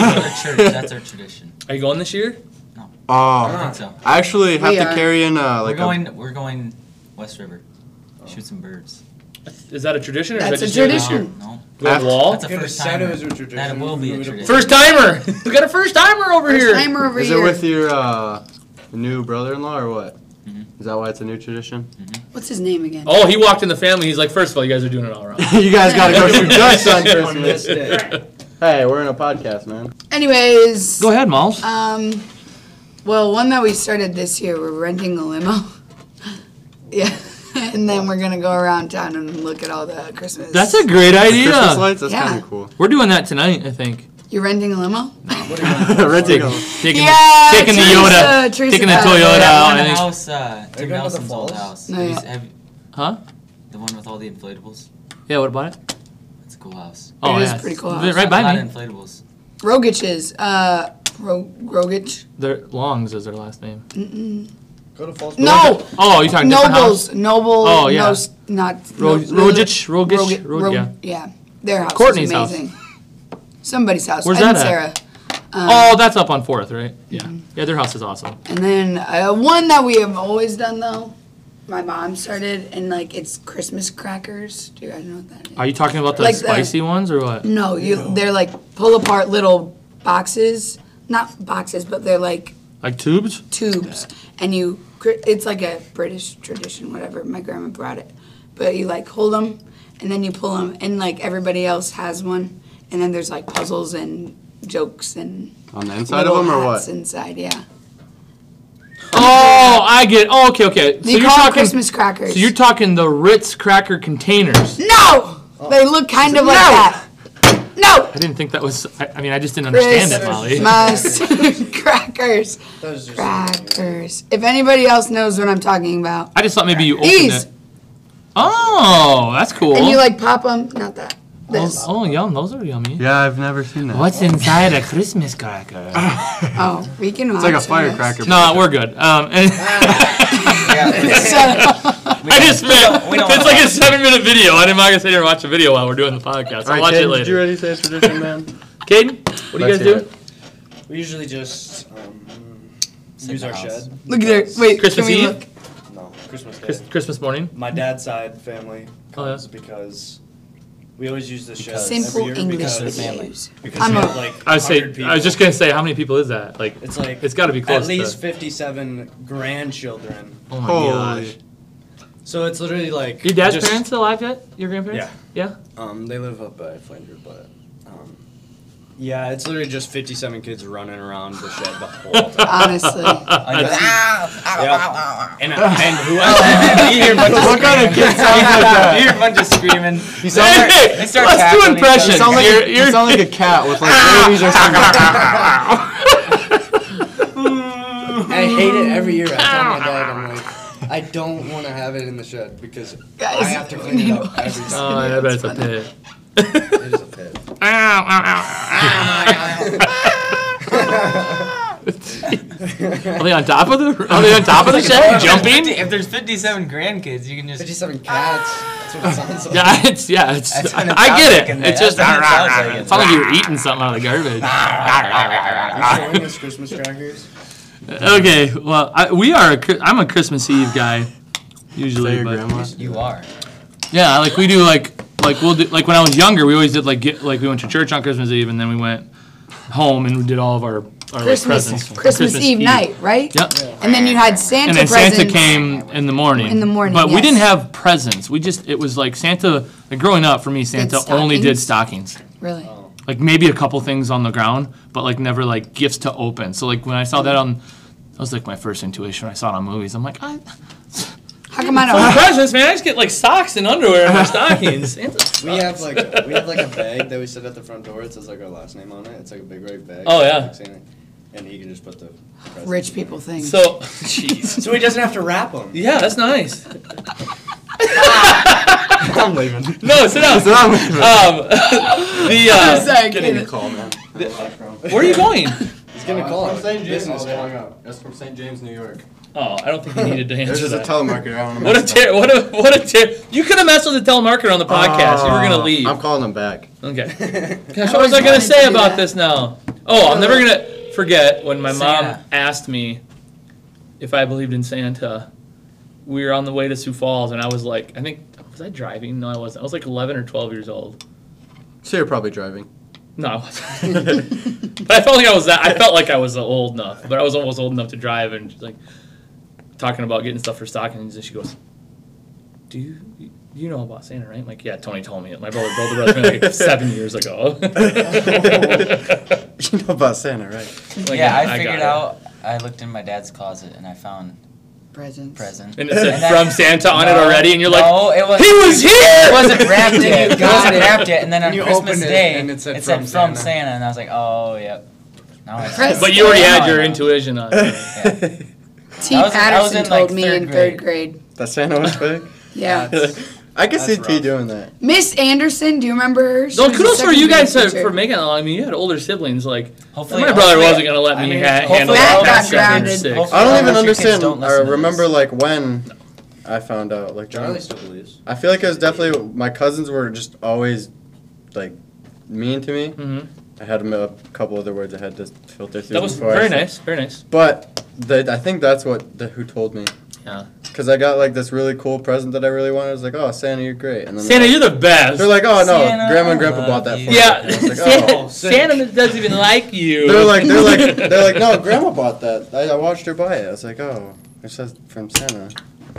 S13: That's our tradition.
S5: Are you going this year?
S11: Oh,
S13: I don't think so.
S11: I actually have
S13: We
S11: to
S13: are.
S11: carry in uh, like
S13: we're
S11: a
S13: going. we're going West River. Shoot some birds.
S5: Is that a tradition? Or
S13: That's
S5: is
S13: a
S5: that just you this
S13: tradition.
S5: year?
S13: No, no.
S5: Go to the wall?
S13: That's a first timer. That will be a tradition.
S5: First timer. We got a first timer over
S6: First
S5: here.
S6: timer over
S11: Is
S6: here.
S11: it with your uh, new brother-in-law or what?
S13: Mm-hmm.
S11: Is that why it's a new tradition?
S6: What's his name Mm-hmm. again?
S5: Oh, he walked in the family. He's like, first of all, you guys are doing it all wrong.
S11: you guys gotta go shoot ducks on
S5: On this
S11: Christmas.
S5: day.
S11: hey, we're in a podcast, man.
S6: Anyways.
S5: Go ahead, Miles.
S6: Um, well, one that we started this year, we're renting a limo. yeah. And then we're gonna go around town and look at all the Christmas.
S5: That's a great idea.
S11: Christmas lights? That's
S6: Yeah.
S11: kinda cool.
S5: We're doing that tonight, I think.
S6: You're renting a limo?
S11: Renting a-
S5: Taking,
S6: Yeah,
S5: taking the
S6: Teresa-
S5: Yoda,
S6: Teresa
S5: taking the
S6: got it.
S5: Toyota
S13: Yeah,
S5: out.
S13: one
S5: I think.
S13: house, uh, Tim
S14: going to the
S13: Nelson's old house.
S6: No,
S13: Have you-
S6: yeah.
S13: have you-
S5: Huh?
S13: The one with all the inflatables.
S5: Yeah, what about it?
S13: It's a cool house.
S5: Oh, It is yeah. pretty cool Right house. by
S13: A lot of
S5: me.
S13: inflatables.
S6: Rogich's. Uh, Ro- Rogich.
S5: Their Longs is their last name.
S6: Mm-mm.
S14: Go to Falls.
S6: No.
S5: Oh, you're talking different
S6: Nobles.
S5: house?
S6: Noble.
S5: Oh, yeah.
S6: no s- not.
S5: Ro-
S6: no-
S5: Rogich, Rogich,
S6: Rogi-
S5: Rog-
S6: Rog-
S5: yeah.
S6: Yeah. Their house.
S5: Courtney's
S6: is
S5: house.
S6: amazing. Somebody's house.
S5: Where's
S6: I
S5: that
S6: and
S5: at?
S6: Sarah. Um, Mm-hmm.
S5: oh, that's up on Fourth, right? Yeah. Yeah, their house is awesome.
S6: And then uh, one that we have always done though, my mom started, and like it's Christmas crackers. Do you guys know what that is?
S5: Are you talking about the
S6: Like the-
S5: spicy ones or what?
S6: No, you. They're like pull apart little boxes, not boxes, but they're like
S5: Like tubes?
S6: tubes, and you. cr- It's like a British tradition, whatever. My grandma brought it, but you like hold them, and then you pull them, and like everybody else has one, and then there's like puzzles and jokes and
S11: On the inside of
S6: little
S11: them or
S6: hats
S11: what?
S6: Inside, yeah.
S5: Oh, I get. Oh, okay, okay.
S6: They call 'em Christmas crackers.
S5: So you're talking the Ritz cracker containers.
S6: No! They look kind of like
S5: No!
S6: that. No!
S5: I didn't think that was. I, I mean, I just didn't understand it, Molly.
S6: Christmas crackers. Crackers. If anybody else knows what I'm talking about.
S5: I just thought maybe you opened
S6: These.
S5: it. Oh, that's cool.
S6: And you like pop them. Not that.
S5: Oh, oh, yum! Those are yummy.
S11: Yeah, I've never seen that. Ah,
S5: What's inside a Christmas cracker?
S6: Oh, we can watch this.
S5: No, we're good. Um, and I just meant
S11: we don't
S5: it's
S11: wanna
S5: like a
S11: watch.
S5: seven-minute video. I didn't mind sit here and watch a video while we're doing the podcast. I'll
S11: Alright,
S5: watch
S11: Caden,
S5: it
S11: did you
S5: later.
S11: already say tradition, man?
S5: Caden, what do you guys
S11: Let's hear
S5: do?
S11: it.
S7: We usually just um, use
S5: in
S7: our
S5: the house.
S7: shed.
S5: Look at there- wait, Christmas can we Eve? look?
S7: No, Christmas Day.
S5: Chris- Christmas morning.
S7: My dad's side family
S5: Oh, yeah.
S7: comes because we always use the shed.
S6: Because-
S7: every
S6: Simple
S7: year
S6: English
S7: because,
S6: families.
S7: Because
S6: I'm
S7: we
S6: a-
S7: have like
S5: I was say,
S7: 100 people.
S5: I was just gonna say, how many people is that? Like,
S7: It's like
S5: it's got to be close.
S7: At least fifty-seven grandchildren.
S5: Oh my Holy.
S7: gosh! So it's literally like
S5: to, your dad's
S7: just-
S5: parents still alive yet? Your grandparents? Yeah.
S7: Um, they live up by Flanger, but um, yeah, it's literally just fifty-seven kids running around the shed the whole time.
S6: Honestly.
S7: I just- Yep. and, and who else?
S8: You hear a bunch of
S7: What kind of
S8: screaming.
S7: kid sounds like that?
S8: You hear a bunch of screaming.
S7: You sound
S8: They-
S7: like-
S8: they start
S7: let's do
S8: tackling each
S7: impressions. You
S8: other.
S7: sound like a-
S8: You're-
S7: you
S8: you're-
S11: sound like a cat with like rabies or something.
S7: I hate it every year. I tell my dad, I'm like, I don't want to have it in the shed because I have to clean it up every
S5: Oh,
S7: time.
S5: I bet it's a pit.
S7: It is a pit.
S5: Are they on top of the? Are they Oh, on top of the shed? Jumping?
S8: If there's 57 grandkids, you can just
S7: 57 cats. That's what it sounds like.
S5: Yeah, it's yeah, it's.
S8: That's
S5: I,
S8: what it
S5: I
S8: sounds
S5: get
S8: like
S5: it.
S8: in
S5: It's
S8: there.
S5: just.
S8: That's what it sounds like in
S5: It's not like
S8: there.
S5: you were eating something out of the
S7: You're showing
S5: garbage.
S7: us Christmas crackers.
S5: okay, well, I, we are. A, Chri- I'm a Christmas Eve guy, usually. but,
S8: You are.
S5: Yeah, like we do like like we'll do like when I was younger, we always did like get like we went to church on Christmas Eve and then we went home and we did all of our, our like,
S6: Christmas,
S5: presents.
S6: Christmas, Eve, night, right?
S5: Yep.
S6: And then you had Santa
S5: and then
S6: presents.
S5: Santa came in the morning.
S6: In the morning,
S5: But we
S6: yes.
S5: didn't have presents. We just it was like Santa like growing up for me, Santa only did stockings.
S6: Really?
S5: Like maybe a couple things on the ground, but like never like gifts to open. So like when I saw that on that was like my first intuition when I saw it on movies. I'm like, I
S6: How come I
S5: for
S6: don't?
S5: presents, man, I just get like socks and underwear in my stockings.
S7: We have like a, we have like a bag that we set at the front door. It says like our last name on it. It's like a big white bag.
S5: Oh, yeah.
S7: Like, Santa- And he can just put the. presents
S6: Rich
S7: in
S6: people things.
S5: So, jeez.
S7: So he doesn't have to wrap them.
S5: Yeah, that's nice.
S7: I'm leaving.
S5: No, Oh, sit down.
S7: Sit down.
S5: Um, the uh,
S7: getting a call, man.
S5: where are you going?
S7: He's getting a call.
S11: From St. James.
S7: Business call.
S11: That's from St. James, New York.
S5: Oh, I don't think you needed to answer
S11: There's just a
S5: that.
S11: telemarketer. I don't know.
S5: What a ter- what a what a ter- You could have messed with the telemarketer on the podcast. you were gonna
S11: Oh,
S5: leave.
S11: I'm calling him back.
S5: Okay. Gosh, what was I gonna say about this now? Oh, I'm never gonna forget when my mom asked me if I believed in Santa. We were on the way to Sioux Falls, and I was like, I think was I driving? No, I wasn't. I was like 11 or 12 years old.
S11: So you're probably driving.
S5: No, I wasn't. but I felt like I was that. I felt like I was old enough, but I was almost old enough to drive and just like talking about getting stuff for stockings. And she goes, "Do you you know about Santa, right?" I'm like, "Yeah, Tony told me it. My brother, brother, brother, told me like seven years ago."
S11: you know about Santa, right?
S5: Like,
S8: yeah,
S5: I got
S8: I figured
S5: it.
S8: out. I looked in my dad's closet and I found
S6: presents.
S8: Present.
S5: And it said from Santa on it
S8: No,
S5: already, and you're like,
S8: no, it was,
S5: "He was here!"
S8: It wasn't wrapped
S5: And you
S8: yet. It
S5: got
S8: wasn't
S5: it.
S8: wrapped yet. And then on
S5: And you
S8: Christmas
S5: opened it,
S8: Day,
S5: and it said
S8: from,
S5: from
S8: Santa.
S5: Santa.
S8: and I was like, oh, yep. Now I see.
S5: But you already had your intuition on it.
S6: T.
S8: I was in- I was
S6: Patterson
S8: in, like,
S6: told me
S8: third
S6: in third grade.
S11: That Santa was big?
S6: Yeah.
S11: I could see T doing that.
S6: Miss Anderson, do you remember her? She
S5: No,
S6: was the
S5: kudos for
S6: second
S5: you
S6: grade
S5: guys for,
S6: teacher.
S5: for making it. long. I mean, you had older siblings. Like,
S8: Hopefully-
S5: my brother
S8: hopefully-
S5: wasn't gonna let
S8: I
S5: me
S8: mean,
S5: ha-
S8: hopefully
S5: handle that.
S8: all of us
S5: past
S8: got
S5: seven and
S8: grounded.
S5: six.
S8: Hopefully
S11: I don't even
S8: Unless your kids
S11: understand
S8: don't
S11: or
S8: listen to
S11: remember like when I found out. Like
S7: Charlie
S11: when-
S7: still believes.
S11: I feel like it was definitely my cousins were just always like mean to me.
S5: Mhm.
S11: I had a couple other words I had to filter through.
S5: That was
S11: before I
S5: very
S11: said-
S5: nice, very nice.
S11: But the, I think that's what the, who told me.
S5: Yeah.
S11: Because I got like this really cool present that I really wanted. I was like, oh, Santa, you're great. And then
S5: Santa,
S11: they're
S5: you're
S11: like-
S5: the best.
S11: They're like, oh no,
S5: Santa,
S11: grandma and
S5: I
S11: grandpa bought that for me.
S5: Yeah,
S11: And I was like,
S5: Santa,
S11: "Oh."
S5: Santa doesn't even like you.
S11: They're like, they're like, they're like, no, grandma bought that. I, I watched her buy it. I was like, oh, it says from Santa.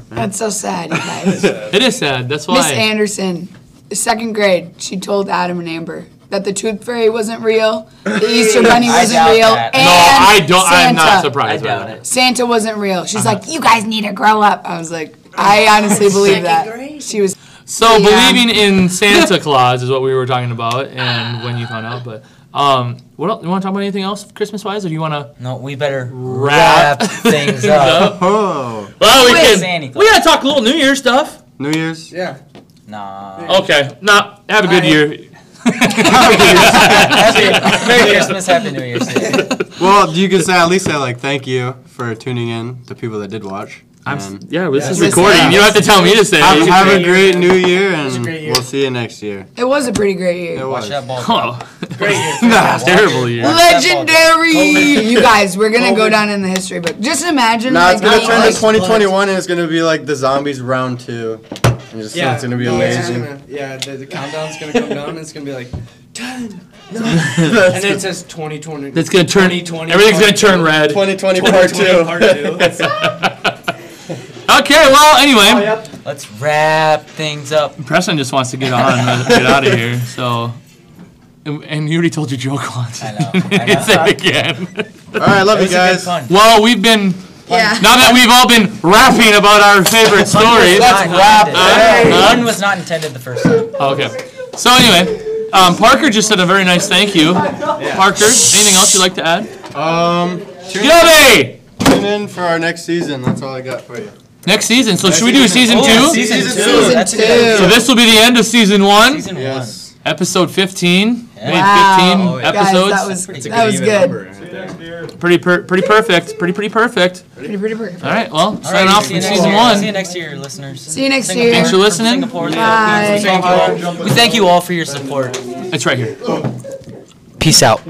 S6: That's so sad, you guys.
S5: it is sad. That's why.
S6: Miss Anderson, second grade, she told Adam and Amber that the Tooth Fairy wasn't real, the Easter Bunny
S5: I
S6: wasn't
S5: doubt
S6: real,
S5: that.
S6: and
S5: No, I don't-
S6: Santa.
S5: I'm not surprised I by doubt that.
S6: Santa wasn't real. She's
S5: Uh-huh.
S6: like, you guys need to grow up. I was like, I honestly believe that. She was. um,
S5: So
S6: Yeah.
S5: believing in Santa Claus is what we were talking about, and when you found out. But um, what else, you want to talk about anything else Christmas wise, or do you want to?
S8: No, we better
S5: wrap,
S8: wrap things up.
S5: Oh. Well, we
S8: Wait.
S5: can.
S8: Santa Claus.
S5: We gotta talk a little New Year stuff.
S11: New Year's.
S14: Yeah.
S8: Nah.
S5: Okay. Nah. Have a good
S8: Alright.
S5: year.
S8: Happy- Merry Christmas, Happy New Year's.
S11: Well, you can say at least say like thank you for tuning in to people that did watch.
S5: I'm s-
S11: And-
S5: yeah, well, this is Listen, recording. yeah. You don't have to tell me to say it.
S11: Have,
S5: It was a
S11: have a
S5: great
S11: great
S5: year.
S11: new year,
S5: It was a
S11: and
S5: great year.
S11: we'll see you next year.
S6: It was a pretty great year.
S11: It was.
S5: Oh.
S11: Great
S5: Nah, terrible year.
S6: Legendary! you guys, we're gonna go down in the history book. Just imagine.
S11: No,
S6: like,
S11: it's gonna
S6: being
S11: turn to
S6: like-
S11: 2021, and it's gonna be like the zombies round two, and just
S14: Yeah.
S11: it's gonna be
S14: no, it's just
S11: amazing.
S14: gonna- yeah, the, the countdown's gonna come down, and it's gonna be like. 10, nine,
S11: That's
S14: and then
S11: good.
S14: it says 2020.
S5: That's gonna turn.
S14: 2020,
S5: everything's gonna
S14: part
S5: turn
S14: two.
S5: red.
S11: 2020 part two.
S5: okay. Well, anyway.
S8: Let's wrap things up.
S5: Preston just wants to get on and get out of here. So, and, and you already told your joke once. I know.
S8: I know.
S5: Say it again.
S11: All right, love It you was a good guys. pun.
S5: Well, we've been.
S8: Yeah.
S5: Now that we've all been rapping about our favorite stories,
S8: Let's wrap
S5: Uh, uh,
S8: One was not intended the first time.
S5: Oh, Okay. So anyway, um, Parker just said a very nice thank you. Parker, anything else you'd like to add?
S11: Um, tune,
S5: Gilby!
S11: tune in for our next season. That's all I got for you.
S5: Next season. So
S11: Next
S5: should we do
S11: season.
S5: season two?
S11: Oh, season Season two. two. That's a good idea.
S5: So this will be the end of season one.
S8: Season
S11: Yes.
S5: Episode fifteen. We made
S6: Wow.
S5: Fifteen
S6: Oh, yeah. Guys,
S5: episodes.
S6: that was- That's a that good was even good. number right
S5: Pretty per- pretty perfect. Pretty pretty perfect.
S6: Pretty, pretty perfect.
S5: All right. Well,
S8: All
S5: sign
S8: right,
S5: off
S8: see you
S5: from
S8: next
S5: season
S8: year.
S5: one.
S8: See you next year, listeners.
S6: See you next
S8: Singapore-
S6: year.
S5: Thanks for
S8: from
S5: listening.
S8: Singapore, the
S6: Bye.
S8: Philippines. We thank you all. We thank you all for your support.
S5: It's right here.
S8: Peace out.